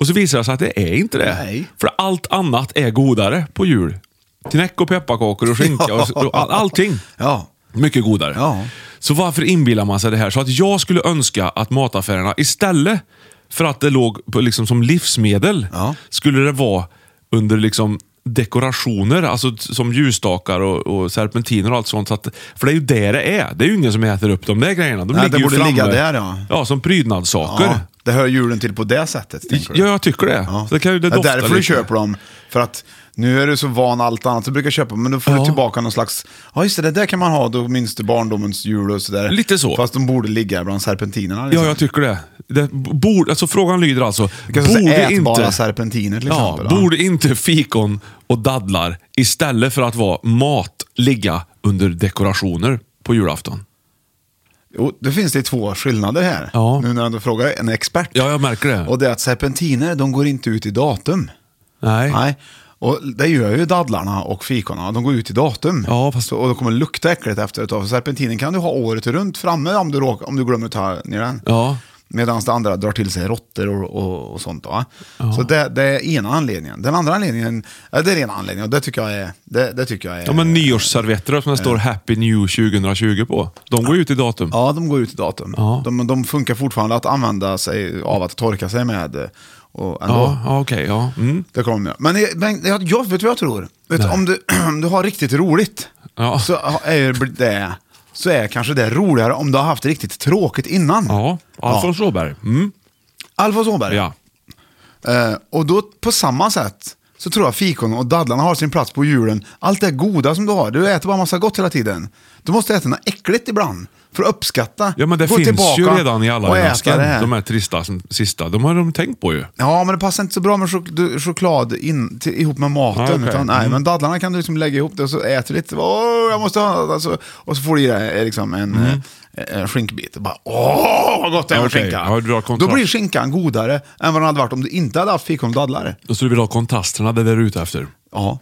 S1: Och så visar det sig att det är inte det.
S2: Nej.
S1: För allt annat är godare på jul. Knäck och pepparkakor och skinka och, och all, allting.
S2: Ja.
S1: Mycket godare.
S2: Ja.
S1: Så varför inbillar man sig det här? Så att jag skulle önska att mataffärerna istället för att det låg på, liksom, som livsmedel,
S2: Ja.
S1: skulle det vara under liksom dekorationer, alltså t- som ljusstakar och, och serpentiner och allt sånt. Så att, för det är ju det det är. Det är ju ingen som äter upp de där grejerna. De
S2: Nej,
S1: ligger
S2: det
S1: ju
S2: borde
S1: framme.
S2: ligga där, ja.
S1: Ja, som prydnadssaker.
S2: Ja, det hör julen till på det sättet. tänker du?
S1: Ja, jag tycker det.
S2: Ja.
S1: Så det, kan ju, det
S2: det är
S1: doftar
S2: därför du
S1: lite.
S2: köper dem. För att nu är du så van allt annat du brukar köpa, men då får du
S1: Ja.
S2: tillbaka någon slags, ja just det, det där kan man ha, då minns du barndomens jul och sådär.
S1: Lite så.
S2: Fast de borde ligga bland serpentinerna. liksom.
S1: Ja, jag tycker det. det borde, alltså, frågan lyder alltså,
S2: kan säga
S1: borde
S2: ätbara
S1: inte...
S2: serpentiner till
S1: ja,
S2: exempel, ja.
S1: Borde inte fikon och dadlar, istället för att vara mat, ligga under dekorationer på julafton?
S2: Jo, det finns det två skillnader här.
S1: Ja.
S2: Nu när du frågar en expert.
S1: Ja, jag märker det.
S2: Och det är att serpentiner, de går inte ut i datum.
S1: Nej.
S2: Nej. Och det gör ju dadlarna och fikorna, de går ut i datum.
S1: Ja, fast-
S2: Så- Och det kommer lukta äckligt efter ett tag. För Serpentinen kan du ha året runt framme om du, råkar, om du glömmer att ta ner den.
S1: Ja.
S2: Medan det andra drar till sig råttor och, och, och sånt. Va? Så det, det är ena anledningen. Den andra anledningen, ja, det är ena anledningen och det tycker jag är... Det, det tycker jag är
S1: Ja, men nyårsservetter som det står Happy New 2020 på. De går ju ut i datum.
S2: Eh. Ja, de går ut i datum. De, de funkar fortfarande att använda sig av att torka sig med. eh, Och ändå.
S1: ja, ja, okej. ja. Mm.
S2: Det kommer jag. Men, men jag, jag vet vad jag tror. Vet, du,
S1: Nej.
S2: om, du, om du har riktigt roligt
S1: Ja.
S2: så, är det, så är kanske det roligare om du har haft riktigt tråkigt innan.
S1: Ja, Alfons Åberg. Mm.
S2: Alfons Åberg.
S1: Ja.
S2: Eh, och då på samma sätt så tror jag fikon och dadlarna har sin plats på julen. Allt det goda som du har, du äter bara massa gott hela tiden. Du måste äta något äckligt ibland för att uppskatta.
S1: Ja men det
S2: Gå
S1: finns ju
S2: tillbaka
S1: redan i alla
S2: och äta
S1: önskan.
S2: det här.
S1: De här trista som- sista. De har de tänkt på ju.
S2: Ja, men det passar inte så bra med chok- du- choklad in, till, ihop med maten.
S1: Ah, okej.
S2: utan, nej,
S1: Mm.
S2: men dadlarna kan du liksom lägga ihop det och så äter du lite. Åh, jag måste ha, alltså, och så får du i dig eh, liksom, en, eh, en skinkbit. Och bara, Åh, vad gott det är med
S1: Mm. Okej,
S2: skinka.
S1: ja, du drar kontrast.
S2: Då blir skinkan godare än vad den hade varit om du inte hade haft fikon och dadlar.
S1: Och så du vill ha kontrasterna, det där du är ute efter.
S2: Ja.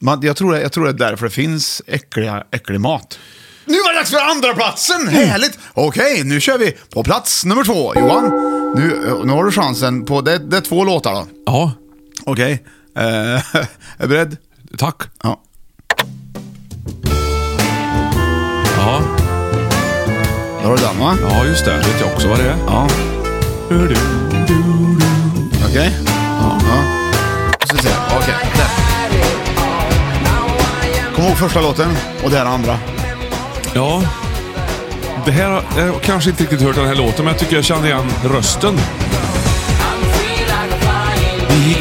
S2: Man, jag, tror, det- jag tror det är därför det finns äckliga, äcklig mat. Nu var det dags för andra platsen.
S1: Mm.
S2: Härligt! Okej, nu kör vi på plats nummer två. Johan, nu, nu har du chansen. på Det, det är två låtar då.
S1: Ja,
S2: Okej. Eh, är du beredd?
S1: tack.
S2: Ja.
S1: Ja,
S2: Då har du den va?
S1: ja just det. Vet jag också vad det är.
S2: Ja.
S1: Hur du?
S2: Okej. Ja. ja. Och så ser jag. Okej, där. Kom ihåg första låten och det här andra.
S1: Ja. Det här har- jag har kanske inte riktigt hört den här låten, men jag tycker jag känner igen rösten.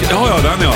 S1: Ja, ja, den ja.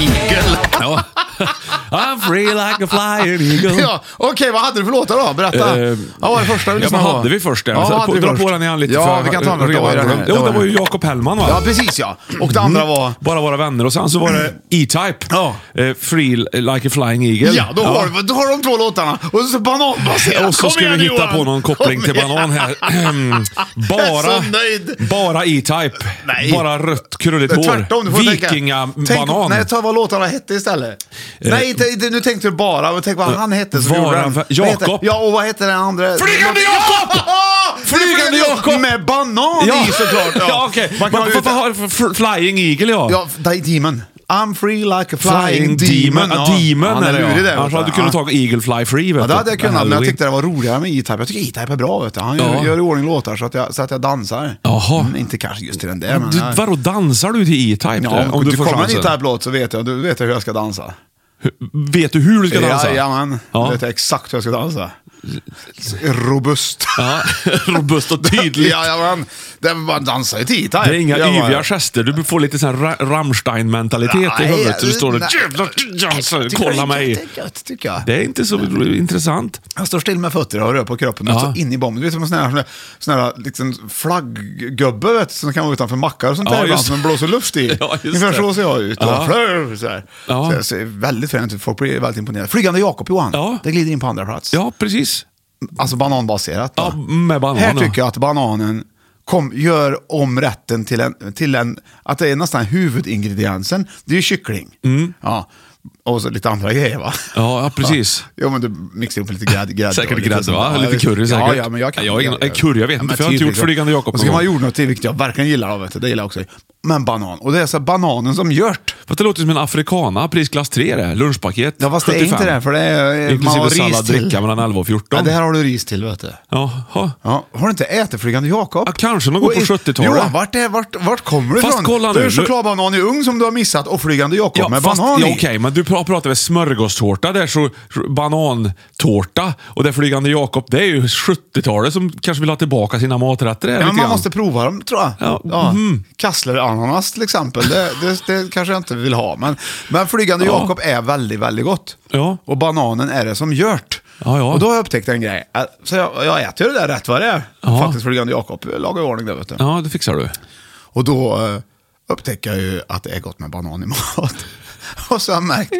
S2: Igel.
S1: ja. I'm free like a flying eagle.
S2: Ja, okej, vad hade du för låtar då? Berätta.
S1: Eh,
S2: ja, vad var det första du
S1: ja,
S2: lyssnade
S1: vad
S2: på?
S1: hade vi först?
S2: Ja, vad hade vi
S1: Dra
S2: först?
S1: på den igen lite.
S2: Ja,
S1: för
S2: vi kan ta den. Det var ju den här.
S1: Jo, det var ju Mm.
S2: den.
S1: Jakob Hellman va?
S2: Ja, precis ja. Och det andra var...
S1: Bara våra vänner och sen så var det E-Type.
S2: Ja.
S1: Eh, free like a flying eagle.
S2: Ja, då har, du- då har de två låtarna. Och så bananbaserat.
S1: Och så
S2: Kom
S1: ska
S2: igen,
S1: vi hitta
S2: Johan.
S1: på någon koppling
S2: Kom
S1: till
S2: igen.
S1: banan här. Mm. Ehm,
S2: Jag är
S1: bara,
S2: så nöjd.
S1: bara E-Type.
S2: Nej.
S1: Bara rött krulligt
S2: Det är
S1: hår.
S2: Tvärtom, du får tänka. Tänk,
S1: Vikingabanan.
S2: Nej, ta vad låtarna hette istället.
S1: Eh,
S2: nej, inte, inte, nu tänkte du bara, men tänk vad han hette som
S1: Vara-
S2: gjorde den. Vad heter-
S1: eh, Jakob.
S2: Ja, och vad hette den andra?
S1: Flygande Jakob!
S2: Ja!
S1: Flygande Jakob!
S2: Med banan i såklart.
S1: Ja, okej.
S2: Man kan
S1: Man
S2: ju-
S1: får ha f- Flying Eagle ja.
S2: Ja, Die Demon. I'm free like a
S1: Flying
S2: flying,
S1: Demon.
S2: Ja,
S1: Ja, Demon
S2: ja, den är lurig
S1: eller
S2: det.
S1: ja. Annars hade du kunnat
S2: ja.
S1: ta Eagle Fly Free. Vet
S2: Ja, det hade jag
S1: du.
S2: kunnat, men jag
S1: Halloween.
S2: tyckte det var roligare med E-Type. Jag tycker E-Type är bra, vet du. Han gör,
S1: Ja.
S2: gör i ordning låtar så att jag, så att jag dansar.
S1: Jaha.
S2: Men inte kanske just till den där, men...
S1: Du,
S2: jag-
S1: vadå, dansar du till E-Type?
S2: Ja,
S1: då?
S2: om du
S1: får
S2: kommer en
S1: chansen.
S2: E-Type-låt så vet jag, du vet jag hur jag ska dansa.
S1: Vet du hur du ska dansa?
S2: Jajamän,
S1: Ja.
S2: då vet jag exakt hur jag ska dansa. Så Robust.
S1: Ja, robust och tydligt.
S2: Jajamän, det är- man dansar ju till E-Type.
S1: Det är inga
S2: Jag bara-
S1: yviga gester. Du får lite sån här Ra- Rammstein-mentalitet i
S2: Nej,
S1: huvudet. Du står och
S2: nej.
S1: jävlar dansar,
S2: Tycker jag
S1: kolla
S2: inte att
S1: mig.
S2: Det är gött, tycker jag.
S1: Det är inte så intressant.
S2: Jag står still med fötterna och rör på kroppen, men
S1: Ja.
S2: så in i bomben. Du vet som en sån här, sån här liksom flagggubbe vet, du, som kan vara utanför mackar och sånt
S1: Ja,
S2: där ibland,
S1: just-
S2: som man blåser luft i.
S1: Ja, just
S2: Ungefär
S1: det.
S2: så ser jag ut.
S1: Ja.
S2: Och flör, så här.
S1: Ja.
S2: Så jag ser väldigt fränt ut. Folk blir väldigt imponerade. Flygande Jakob Johan,
S1: Ja.
S2: det glider in på andra plats.
S1: Ja, precis.
S2: Alltså bananbaserat. då.
S1: Ja, med banan.
S2: Här
S1: ja.
S2: tycker jag att bananen kom, gör om rätten till en, till en... Att det är nästan huvudingrediensen. Det är ju kyckling.
S1: Mm.
S2: Ja. Och så lite andra grejer va?
S1: Ja, ja, precis.
S2: Ja, men du mixar ihop lite grädde. grädde
S1: Säkert
S2: och lite
S1: grädde
S2: sånt.
S1: va?
S2: Ja,
S1: Lite
S2: visst.
S1: curry säkert.
S2: Ja, ja, men jag kan
S1: Nej, jag har ingen- nej, curry, jag vet inte, för jag har inte gjort Flygande Jakob
S2: typ liksom- Och så
S1: någon
S2: kan man
S1: gång.
S2: ha gjort något till, vilket jag verkligen gillar av. Vet du. Det gillar jag också. Men banan. Och det är så här bananen som gjört.
S1: Fast det låter som en afrikana, prisklass 3 det. Lunchpaket.
S2: Ja, fast det är inte det, för det är... man
S1: Inklusive
S2: har ris
S1: sallad,
S2: till.
S1: dricka mellan 11 och 14.
S2: Ja, det här har du ris till, vet du.
S1: Jaha.
S2: Ja, har du inte ätit Flygande Jakob?
S1: Ja, kanske någon gång på
S2: Och i-
S1: 70-talet.
S2: Johan, vart, är, vart, vart kommer du
S1: Fast
S2: ifrån?
S1: kolla
S2: Du är
S1: nu,
S2: chokladbanan i ugn som du har missat och Flygande Jakob med
S1: fast-
S2: banan
S1: ja,
S2: i.
S1: Okej, men du pra- pratar väl smörgåstårta där, så så banantårta och det flygande Jakob, det är ju 70-talet som kanske vill ha tillbaka sina maträtter. där
S2: Ja,
S1: lite
S2: man
S1: grann.
S2: måste prova dem tror jag.
S1: Ja, Mm-hmm.
S2: Ja. Kassler ananas till exempel, det, det, det kanske jag inte vill ha. Men, men flygande
S1: Ja.
S2: Jakob är väldigt, väldigt gott.
S1: Ja.
S2: Och bananen är det som gjort.
S1: Ja, ja.
S2: Och då har jag upptäckt en grej. Äh, Så jag, jag äter ju det där rätt vad det är.
S1: Ja.
S2: Faktiskt flygande Jakob jag lagar i ordning det vet du.
S1: Ja, det fixar du.
S2: Och då eh, upptäcker jag ju att det är gott med banan i mat. Och så har jag märkt,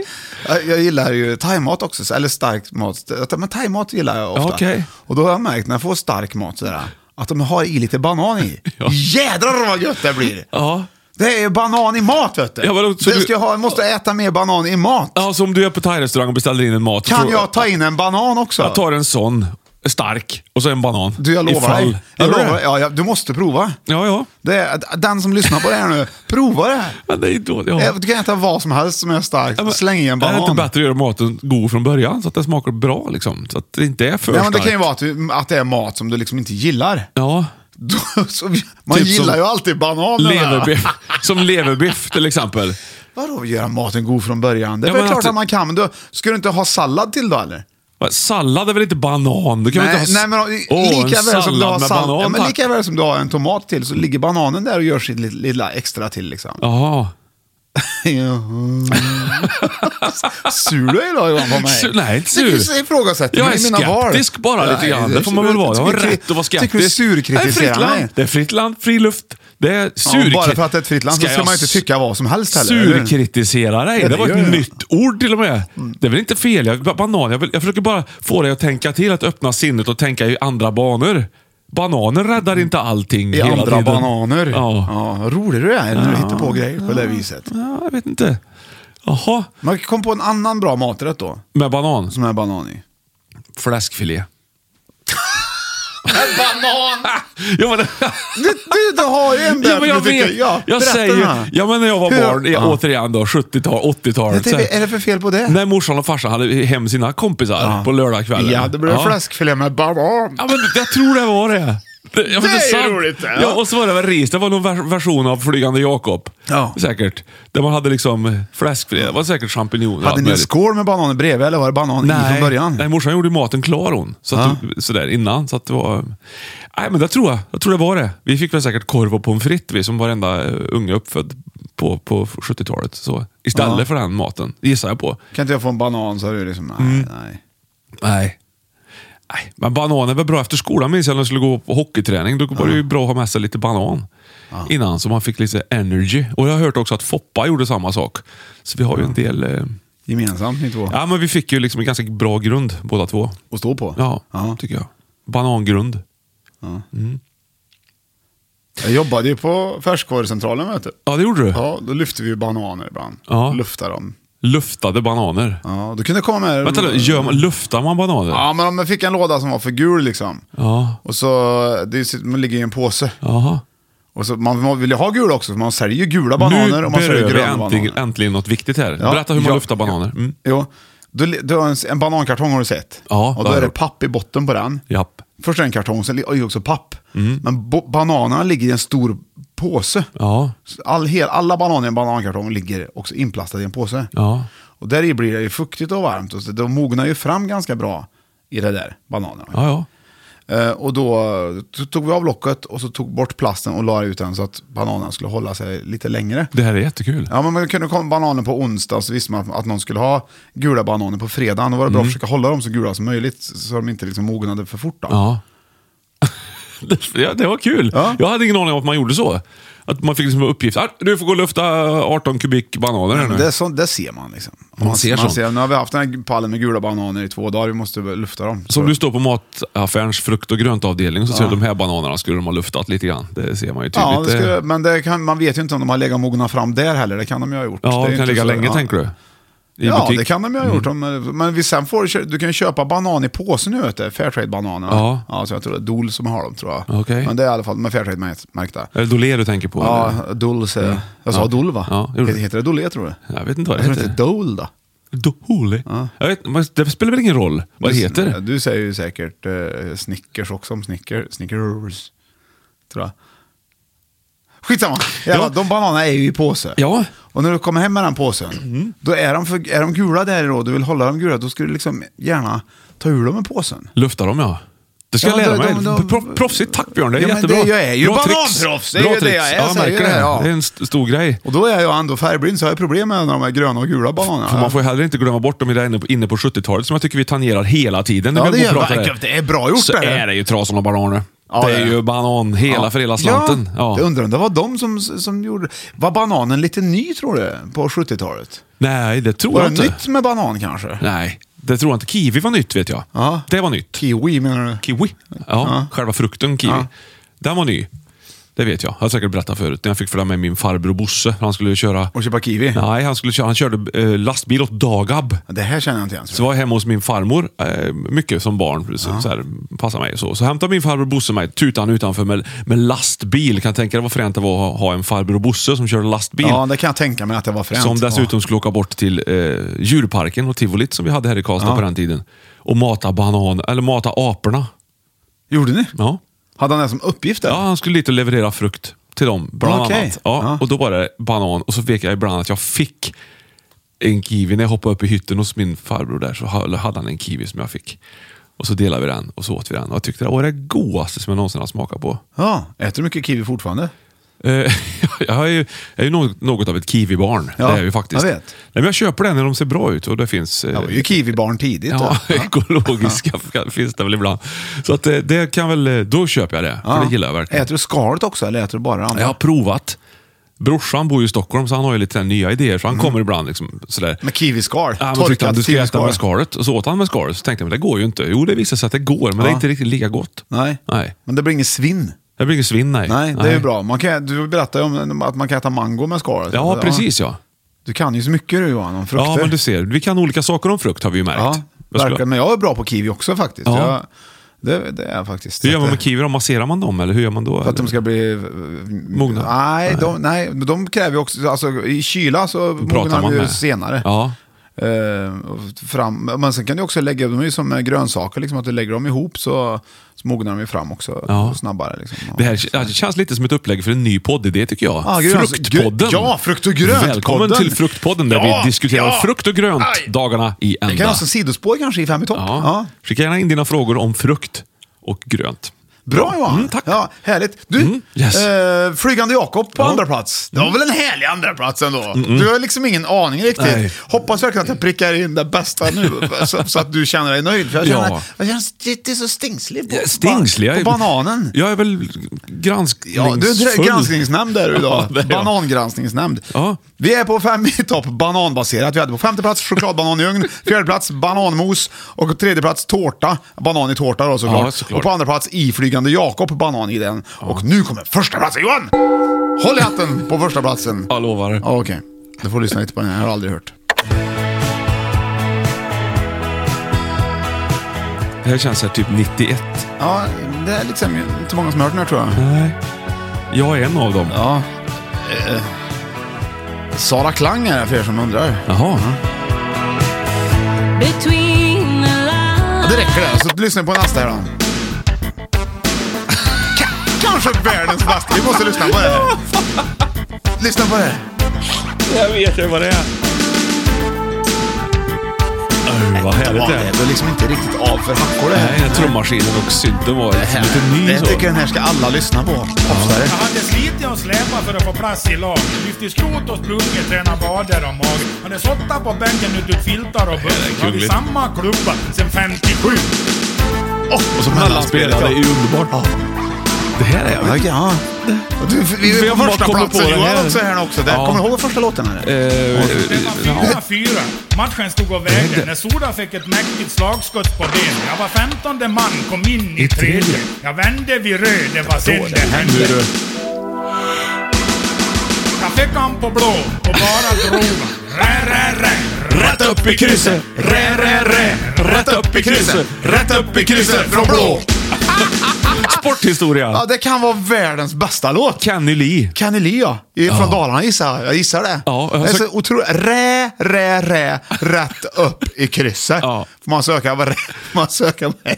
S2: jag- jag gillar ju thaimat också, så- eller stark mat. Men thaimat gillar jag ofta.
S1: Ja, okej.
S2: Och då har jag märkt när jag får stark mat sådär, att de har i lite banan i.
S1: Ja.
S2: Jädrar vad gött det blir!
S1: Ja.
S2: Det är ju banan i mat vet du.
S1: Ja, vadå, så
S2: det
S1: du-
S2: ska jag, ha, jag måste äta mer banan i mat.
S1: Ja, så om du är på thai-restaurang och beställer in en mat. så
S2: Kan
S1: tror-
S2: jag ta in en banan också?
S1: Jag tar en sån, stark, och så en banan.
S2: Du, jag lovar
S1: Ifall.
S2: dig. Jag
S1: Gör du
S2: lovar,
S1: det?
S2: ja, ja, du måste prova.
S1: Ja, ja.
S2: Det är, den som lyssnar på det här nu, prova det här.
S1: Men det är ju dåligt. Ja.
S2: Ja. Eh, Du kan äta vad som helst som är starkt.
S1: Ja, men-
S2: Släng i en
S1: Är det
S2: banan.
S1: inte bättre att göra maten god från början så att den smakar bra? Liksom? Så att det inte är för
S2: Nej, men det
S1: starkt.
S2: kan ju vara att, du, att det är mat som du liksom inte gillar.
S1: Ja.
S2: Då- så vi- Man
S1: Typ
S2: gillar
S1: som
S2: ju alltid bananer.
S1: Leverbiff. som leverbiff till exempel.
S2: Vadå göra maten god från början? Det är
S1: Ja,
S2: väl
S1: men alltså-
S2: klart
S1: att-
S2: att... man kan, men du, ska du inte ha sallad till då eller?
S1: Va, Sallad är väl inte banan? Du kan väl
S2: nej,
S1: inte ha...
S2: nej,
S1: s-
S2: men
S1: Åh, en
S2: lika väl som
S1: sallad
S2: du har
S1: med
S2: sall-
S1: banan,
S2: ja, men
S1: tack.
S2: lika väl som du har en tomat till så ligger bananen där och gör sitt lilla, lilla extra till liksom.
S1: Jaha.
S2: sur du är idag Johan på mig?
S1: Sur- nej, inte sur.
S2: Du ifrågasätter
S1: Jag
S2: mig
S1: är
S2: i mina val.
S1: skeptisk bara lite
S2: Nej,
S1: grann. Det får man väl vara. Jag har rätt att vara skeptisk.
S2: Tycker du
S1: Det är fritt
S2: surkritiserar mig?
S1: land. Det är fritt land, fri luft. Det är
S2: Ja,
S1: sur...
S2: bara för att det är ett fritt land så ska
S1: jag
S2: man inte tycka vad som helst heller, eller?
S1: Surkritisera dig.
S2: Ja,
S1: det
S2: det
S1: var ett
S2: gör jag. Mm.
S1: nytt ord till och med. Det är väl inte fel? Jag, ba- banan, jag, vill, jag försöker bara få dig att tänka till, att öppna sinnet och tänka i andra banor. Bananer räddar inte allting
S2: I
S1: hela
S2: andra
S1: tiden.
S2: bananer.
S1: Ja.
S2: Ja, vad rolig du är när du hittar på grejer på det viset.
S1: ja, jag vet inte. Jaha,
S2: Man kom på en annan bra maträtt då,
S1: med banan.
S2: som är banan i.
S1: Fläskfilé.
S2: Banan!
S1: Jo, men,
S2: Du, du, du har ju en där.
S1: jo, men jag
S2: du tycker-
S1: vet.
S2: Ja,
S1: jag
S2: berätta
S1: säger,
S2: den här.
S1: ja, men när jag var
S2: Hur-
S1: barn,
S2: Ja.
S1: återigen då, 70-tal, 80-talet.
S2: Jag
S1: så
S2: tänkte,
S1: här-
S2: är det för fel på det?
S1: När morsan och farsan hade hem sina kompisar på lördagskvällen.
S2: Ja, det blir
S1: ja.
S2: fläskfilé med banan.
S1: Ja, men jag tror det var det. Det, ja, men
S2: Det är
S1: sant.
S2: roligt,
S1: Ja.
S2: ja.
S1: och så var det väl ris. Det var någon vers- version av Flygande Jakob.
S2: Ja.
S1: Säkert. Där man hade liksom fläskfilé. Det var säkert champinjoner. och allt
S2: Hade ni en
S1: möjligt.
S2: skål med bananer bredvid eller var det banan i från början?
S1: Nej, morsan gjorde ju maten klar hon. Så att, Sådär innan. Så att det var... Nej, men det tror jag. Jag tror det var det. Vi fick väl säkert korv och pommes frites, vi som varenda eh, unge uppfödd på, på 70-talet. Så, istället för den maten, gissar jag på.
S2: Kan inte jag få en banan så är det liksom, nej,
S1: Mm.
S2: nej.
S1: Nej. Nej, men banan är väl bra. Efter skolan minns jag när jag skulle gå på hockeyträning. Då var det ju bra att ha med sig lite banan innan så man fick lite energy. Och jag har hört också att Foppa gjorde samma sak. Så vi har ju en del... Eh,
S2: Gemensamt ni två.
S1: ja, men vi fick ju liksom en ganska bra grund båda två.
S2: Att stå på.
S1: Ja, tycker jag. Banangrund.
S2: Jag jobbade ju på färskvarucentralen vet du.
S1: Ja, det gjorde du.
S2: Ja, då lyfte vi ju bananer ibland.
S1: Ja.
S2: Luftade dem.
S1: Luftade bananer.
S2: Ja, då kunde jag komma med...
S1: Vänta nu, gör man, luftar man bananer?
S2: Ja, men om jag fick en låda som var för gul liksom.
S1: Ja.
S2: Och så, det är- man ligger i en påse.
S1: Jaha.
S2: Och så, man, man vill ju ha gula också, för man säljer ju gula
S1: nu
S2: bananer och man säljer
S1: berör vi
S2: gröna
S1: äntligen,
S2: bananer.
S1: äntligen något viktigt här.
S2: Ja,
S1: Berätta hur man
S2: ja,
S1: luftar bananer. Mm.
S2: Jo, du, du har en, en banankartong har du sett.
S1: Ja,
S2: och
S1: det
S2: då
S1: har
S2: är det
S1: jag.
S2: papp i botten på den.
S1: Japp.
S2: Först är det en kartong, sen li- är det också papp.
S1: Mm.
S2: Men bo, bananerna ligger i en stor påse.
S1: Ja.
S2: Så All, hel, alla bananer i en banankartong ligger också inplastade i en påse.
S1: Ja.
S2: Och där i blir det ju fuktigt och varmt. Och så, de mognar ju fram ganska bra i det där, bananerna.
S1: Ja, ja.
S2: Eh, och då eh, t- tog vi av locket och så tog bort plasten och la ut den så att bananen skulle hålla sig lite längre.
S1: Det här är jättekul.
S2: Ja, men man kunde komma bananer på onsdag så visste man att någon skulle ha gula bananer på fredagen. Då var det
S1: Mm.
S2: bra att försöka hålla dem så gula som möjligt så de inte liksom mognade för fort. Då.
S1: Ja. ja, det var kul.
S2: Ja.
S1: Jag hade ingen aning om att man gjorde så. Att man fick liksom uppgift. Ah, Du får gå och lufta 18 kubik bananer här nu.
S2: Det, är så, det ser man liksom.
S1: Man ser
S2: man
S1: sånt.
S2: ser, nu har vi haft den här pallen med gula bananer i två dagar, vi måste väl lufta dem.
S1: Som du typ står på mataffärens frukt och gröntavdelning och så ser du de här bananerna skulle de ha luftat lite grann. Det ser man ju tydligt. Eh,
S2: ja, det skulle, men det kan, man vet ju inte om de har legat och mognat fram där heller, det kan de ju ha gjort.
S1: Ja,
S2: är
S1: de
S2: inte
S1: kan ligga
S2: så-
S1: länge
S2: ja.
S1: tänker du? I
S2: ja,
S1: butik. Mm.
S2: det kan de ju ha gjort. om- Men vi sen får, du kö- du kan ju köpa banan i påse nu, vet du. Fairtrade-bananerna.
S1: Ja.
S2: så jag tror det är Dole som har dem, tror jag.
S1: Okej.
S2: Men det är i alla fall, de är Fairtrade-märkta.
S1: Är det Dolé du tänker på?
S2: Ja,
S1: eller?
S2: Dole säger jag. Jag sa
S1: Mm. Ja.
S2: Dole, va?
S1: Ja, gjorde
S2: heter,
S1: du.
S2: heter det Dole, tror du?
S1: Jag vet inte vad det
S2: Jag tror det heter
S1: heter.
S2: Dole, då.
S1: Dolé? Jag vet, men det spelar väl ingen roll vad det
S2: Du-
S1: heter?
S2: Du säger ju säkert eh, Snickers också, om Snicker, Snickers. Tror jag. Skitsamma. Jävlar,
S1: Ja.
S2: De bananerna är ju i påse.
S1: Ja. Mm.
S2: Och när du kommer hem med den påsen, då är de, för, är de gula där då, du vill hålla dem gula, då ska du liksom gärna ta ur dem i påsen.
S1: Lufta dem ja. Det ska
S2: Ja,
S1: jag lära
S2: de-
S1: mig.
S2: de- de-
S1: Pro- Proffsigt tack Björn, det är
S2: Ja, men
S1: jättebra.
S2: det- jag är ju
S1: Bra tricks.
S2: bananproffs, det är
S1: Bra
S2: ju det
S1: tricks.
S2: jag är,
S1: Ja,
S2: säger
S1: märker
S2: det,
S1: det.
S2: ja.
S1: Det är en st- stor grej.
S2: Och då är jag ändå färgblind så jag har problem med de här gröna och gula bananerna.
S1: För man får ju heller inte glömma bort de där inne på, inne på 70-talet som jag tycker vi tangerar hela tiden.
S2: Ja,
S1: vi
S2: det
S1: går och
S2: gör vi.
S1: pratar
S2: Ja,
S1: här.
S2: det är bra gjort,
S1: Så
S2: det här.
S1: är det ju trasorna och bananer.
S2: Ja,
S1: det
S2: det
S1: är
S2: är
S1: ju banan hela för hela slanten.
S2: Ja,
S1: Ja.
S2: Jag undrar om det var de som, som gjorde... Var bananen lite ny tror du, på 70-talet?
S1: Nej, det tror
S2: Var
S1: jag
S2: det
S1: inte.
S2: nytt med banan kanske?
S1: Nej, det tror jag inte. Kiwi var nytt vet jag.
S2: Ja.
S1: Det var nytt.
S2: Kiwi menar du?
S1: Kiwi. Ja, själva frukten kiwi.
S2: Ja.
S1: Den var ny. Det vet jag. Jag har säkert berättat förut. När jag fick följa med min farbror Bosse. Han skulle ju köra...
S2: Och köpa kiwi?
S1: Nej, han, skulle köra, han körde eh, lastbil åt Dagab.
S2: Det här känner jag inte ens.
S1: Så var jag hemma hos min farmor eh, mycket som barn. Så, så här, passa mig och så. Så hämtade min farbror Bosse mig, tutan utanför med, med lastbil. Kan tänka dig vad fränt det var att ha en farbror Bosse som körde lastbil.
S2: Ja, det kan jag tänka mig att det var fränt.
S1: Som dessutom skulle åka bort till eh, djurparken och tivolit som vi hade här i Karlstad på den tiden. Och mata banan, eller mata aporna.
S2: Ja. Gjorde ni?
S1: Ja.
S2: Hade han det som uppgift? eller?
S1: ja, han skulle dit och leverera frukt till dem, bland
S2: Okej.
S1: annat. Ja,
S2: Ja.
S1: Och då var det banan och så fick jag ibland att jag fick en kiwi. När jag hoppade upp i hytten hos min farbror där så ha- hade han en kiwi som jag fick. Och så delade vi den och så åt vi den. Och jag tyckte det var det godaste som jag någonsin har smakat på.
S2: ja. Äter du mycket kiwi fortfarande?
S1: Eh, jag är ju, jag är ju något, något av ett kiwi-barn.
S2: Ja,
S1: det är jag ju faktiskt.
S2: jag vet.
S1: Nej, men jag köper det när de ser bra ut och det finns... eh,
S2: Jag var ju kiwi-barn tidigt.
S1: Ja,
S2: då.
S1: ekologiska finns det väl ibland. Så att eh, det kan väl, eh, då köper jag det. För det gillar jag verkligen.
S2: Äter du skalet också eller äter du bara det andra?
S1: Jag har provat. Brorsan bor ju i Stockholm så han har ju lite nya idéer. Så han kommer ibland liksom, sådär.
S2: Med kiwiskal?
S1: Ja, man
S2: Mm. Torkat
S1: tyckte att du ska äta
S2: kiwiskal.
S1: med skalet. Och så åt han med skalet. Så tänkte jag, men det går ju inte. Jo, det visade sig att det går, men det är inte riktigt lika gott.
S2: Nej.
S1: Nej.
S2: Men det blir ingen svinn?
S1: Det blir ingen svinn, nej.
S2: Nej, det är ju bra. Man kan, du berättade ju om att man kan äta mango med skalet.
S1: Ja, precis ja.
S2: Du kan ju så mycket du Johan om frukter.
S1: Ja, men du ser. Vi kan olika saker om frukt har vi ju märkt.
S2: Ja,
S1: Jag skulle-
S2: verkligen. Men jag är bra på kiwi också faktiskt.
S1: Ja.
S2: Jag, det, det är jag faktiskt.
S1: Hur gör
S2: Så
S1: man
S2: att
S1: med
S2: det-
S1: kiwi då? Masserar man dem eller hur gör man då?
S2: För att de ska bli... eh,
S1: Mogna?
S2: Nej, de, nej, de kräver ju också... Alltså, I kyla så mognar de
S1: man
S2: ju
S1: med?
S2: senare.
S1: Ja.
S2: Eh, och fram. Men sen kan du också lägga, de är ju som eh, grönsaker, liksom, att du lägger dem ihop så, så mognar de ju fram också
S1: Ja.
S2: snabbare. Liksom.
S1: Det här k- det känns lite som ett upplägg för en ny poddidé tycker jag.
S2: Ja, gröns-
S1: fruktpodden.
S2: Ah, gr- ja, frukt och grönt-
S1: Välkommen
S2: podden.
S1: till Fruktpodden där
S2: Ja,
S1: vi diskuterar
S2: ja.
S1: frukt och grönt
S2: Aj.
S1: dagarna i ända.
S2: Det kan vara som sidospår kanske i Fem i topp.
S1: ja.
S2: Ja.
S1: Skicka gärna in dina frågor om frukt och grönt.
S2: Bra Johan!
S1: Mm, tack.
S2: Ja, härligt. Du,
S1: Mm, yes.
S2: eh, Flygande Jakob på
S1: Ja. Mm.
S2: andra plats. Det var väl en härlig andra plats ändå? Du har liksom ingen aning riktigt.
S1: Nej.
S2: Hoppas verkligen att jag prickar in det bästa nu, så, så att du känner dig nöjd. För jag
S1: Ja.
S2: känner, jag känner det är så stingslig på,
S1: Ja, Stingsliga.
S2: på bananen.
S1: Jag är väl granskningsfull.
S2: Ja, du är granskningsnämnd är du idag.
S1: Ja, det är jag.
S2: Banangranskningsnämnd.
S1: Ja.
S2: Vi är på fem i topp bananbaserat. Vi hade på femte plats chokladbanan i ugn, fjärde plats bananmos och tredje plats tårta. Banan i tårta då såklart.
S1: Ja, såklart.
S2: Och på andra plats iflygande Jakob, banan i den. Och nu kommer första platsen Johan! Håll i hatten på första platsen.
S1: Jag lovar.
S2: Ja, Okej, du får lyssna lite på den här. Jag har aldrig hört.
S1: Det här känns här typ 91.
S2: Ja, det är liksom inte många som har hört den här tror jag.
S1: Nej. Jag är en av dem.
S2: Ja. Eh, Sara Klang är det för er som undrar.
S1: Jaha.
S2: Ja, det räcker det. Så lyssna på nästa här då. Ka- Kanske världens bästa. Vi måste lyssna på det här. Lyssna på det här.
S1: Jag vet ju vad det är. Öh, vad härligt det
S2: Ja,
S1: är.
S2: det går liksom inte riktigt av för hackor det här.
S1: Nej, trummaskinen och synten var liksom lite ny.
S2: Jag
S1: så.
S2: tycker den här ska alla lyssna på oftare.
S6: Jag hade slitit och släpat för att få plats i lag. Lyft i skrot och sprungit, tränat vader och mag. Han är suttit på bänken utan filtar och
S1: Det är
S6: buss. Har vi
S1: kungligt.
S6: samma klubba sen 57.
S2: Åh, och så
S1: Mellanspelare, det är ju underbart.
S2: Ja.
S1: Det här är jag.
S2: Ja, ja. Du, vi
S1: För
S2: är
S1: jag
S2: på
S1: bara
S2: första
S1: kommer på
S2: platsen.
S1: den här.
S2: Johan också här nu också. Där.
S1: Ja.
S2: Kommer du ihåg första låten? Här?
S1: Eh,
S6: Det var 4-4. Matchen stod och vägde när Soda fick ett mäktigt slagskott på ben. Jag var femtonde man, kom in i tredje. Jag vände vid röd, det var sen det hände. Jag fick han på blå och bara drog. Rä, rä, rä.
S1: Rätt upp i krysset! Rä, rä, rä! Rätt upp i krysset! Rätt upp i krysset från blå! Sporthistoria!
S2: Ja, det kan vara världens bästa låt.
S1: Kenny Lee.
S2: Kenny Lee ja. I- Från Dalarna gissar jag. Jag gissar det.
S1: Ja, jag har
S2: det är så
S1: sökt-
S2: otroligt. Rä, rä, rä, rätt upp i krysset.
S1: Ja.
S2: Får man söka vad rä- man söka med.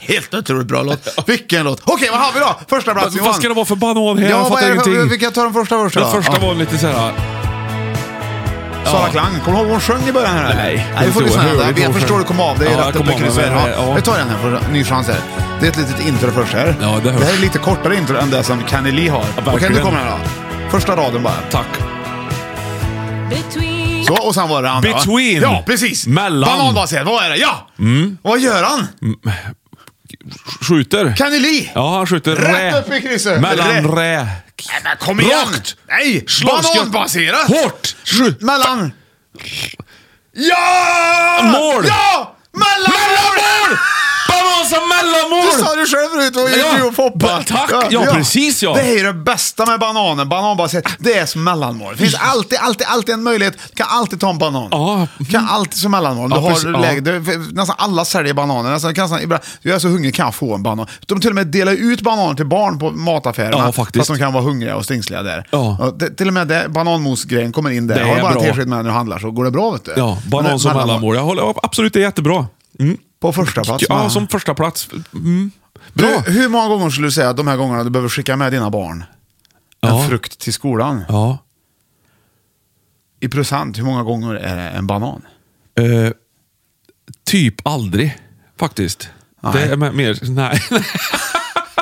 S2: Helt otroligt bra låt. Vilken låt. Okej, vad har vi då? Första plats
S1: Vad- vad ska det vara för banan här?
S2: Ja,
S1: Jag
S2: vad
S1: fattar
S2: är det för-
S1: ingenting.
S2: Vi kan ta den första först.
S1: Den
S2: då.
S1: första
S2: Ja.
S1: var lite såhär...
S2: Sara
S1: Ja.
S2: Klang. Kommer du ihåg vad hon sjöng i början? Här, eller?
S1: Nej,
S2: Nej vi får
S1: inte
S2: lyssna.
S1: oerhört.
S2: Jag, jag förstår det kom av dig
S1: Ja, jag
S2: rätt upp
S1: kom
S2: i
S1: av mig
S2: krysset.
S1: med det, ja.
S2: Vi tar den här för en ny chans här. Det är ett litet intro först här.
S1: Ja, det hörs.
S2: det här är lite kortare intro än det som Kenny Lee har. Okej,
S1: verkligen.
S2: nu kommer den här då. Första raden bara.
S1: Tack.
S2: Så, och sen var det det andra. va?
S1: Between.
S2: Ja, precis.
S1: Mellan. Mm.
S2: Bananbaserat, vad är det? Ja! Vad gör han?
S1: Skjuter.
S2: Kenny Lee!
S1: Ja, han skjuter
S2: Rätt
S1: rä.
S2: upp i krysset.
S1: Mellan rä.
S2: Nej, men kom igen!
S1: Rakt.
S2: Nej!
S1: Slagskott.
S2: Bananbaserat!
S1: Hårt! Skjut.
S2: Mellan... Ja!
S1: Mål!
S2: Ja! Mellan...
S1: Mellanmål! Balansa mellanmål!
S2: Du sa det själv förut, det var
S1: Ja,
S2: ju ja, Foppa.
S1: ba- tack. Ja, precis, ja.
S2: Det är ju det bästa med bananen, bananbaserat. Det är som mellanmål. Det finns alltid, alltid, alltid en möjlighet. Du kan alltid ta en banan.
S1: Ja.
S2: Du kan alltid som mellanmål. Du
S1: Ja,
S2: har
S1: precis, ja.
S2: läge, du, nästan alla säljer bananer. Nästan, kan nästan, ibland, jag är så hungrig, kan jag få en banan? De till och med delar ut bananer till barn på mataffärerna.
S1: Ja, faktiskt.
S2: För att de kan vara hungriga och stingsliga där.
S1: Ja.
S2: det, till och med det, bananmos-grejen kommer in där.
S1: Det
S2: har du
S1: är
S2: bara en
S1: bra.
S2: tesked med när du handlar så går det bra. Vet du.
S1: Ja,
S2: Men
S1: banan som
S2: mellanmål-
S1: mellanmål. Jag håller, ja, absolut, det är jättebra. Mm.
S2: På första plats.
S1: Ja,
S2: med-
S1: som första plats. Mm. Bra.
S2: du, hur många gånger skulle du säga att de här gångerna du behöver skicka med dina barn en
S1: Ja.
S2: frukt till skolan?
S1: Ja.
S2: I procent, hur många gånger är det en banan?
S1: Eh, typ aldrig, faktiskt. Det är mer... Nej.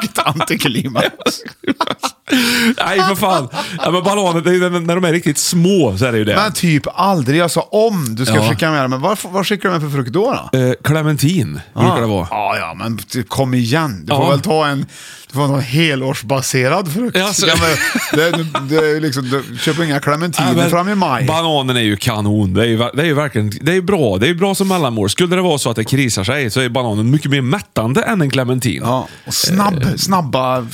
S2: Ett antiklimax.
S1: Nej, för fan. Ja, men bananer, det är ju- när de är riktigt små så är det ju det.
S2: Men typ aldrig. Jag sa om du ska
S1: Ja.
S2: skicka med det. Men vad, vad skickar du med för frukt då? då?
S1: Eh, Clementin brukar det vara.
S2: Ja, ja, men typ, kom igen. Du får
S1: Ja.
S2: väl ta en, du får en helårsbaserad frukt.
S1: Ja, så-
S2: Ja, men det, det är ju liksom, du köper inga clementiner
S1: Ja, men
S2: fram i maj.
S1: Bananen är ju kanon. Det är ju, ver- det är ju verkligen det är ju bra. Det är ju bra som mellanmål. Skulle det vara så att det krisar sig så är bananen mycket mer mättande än en clementin.
S2: Ja, och snabb, snabba,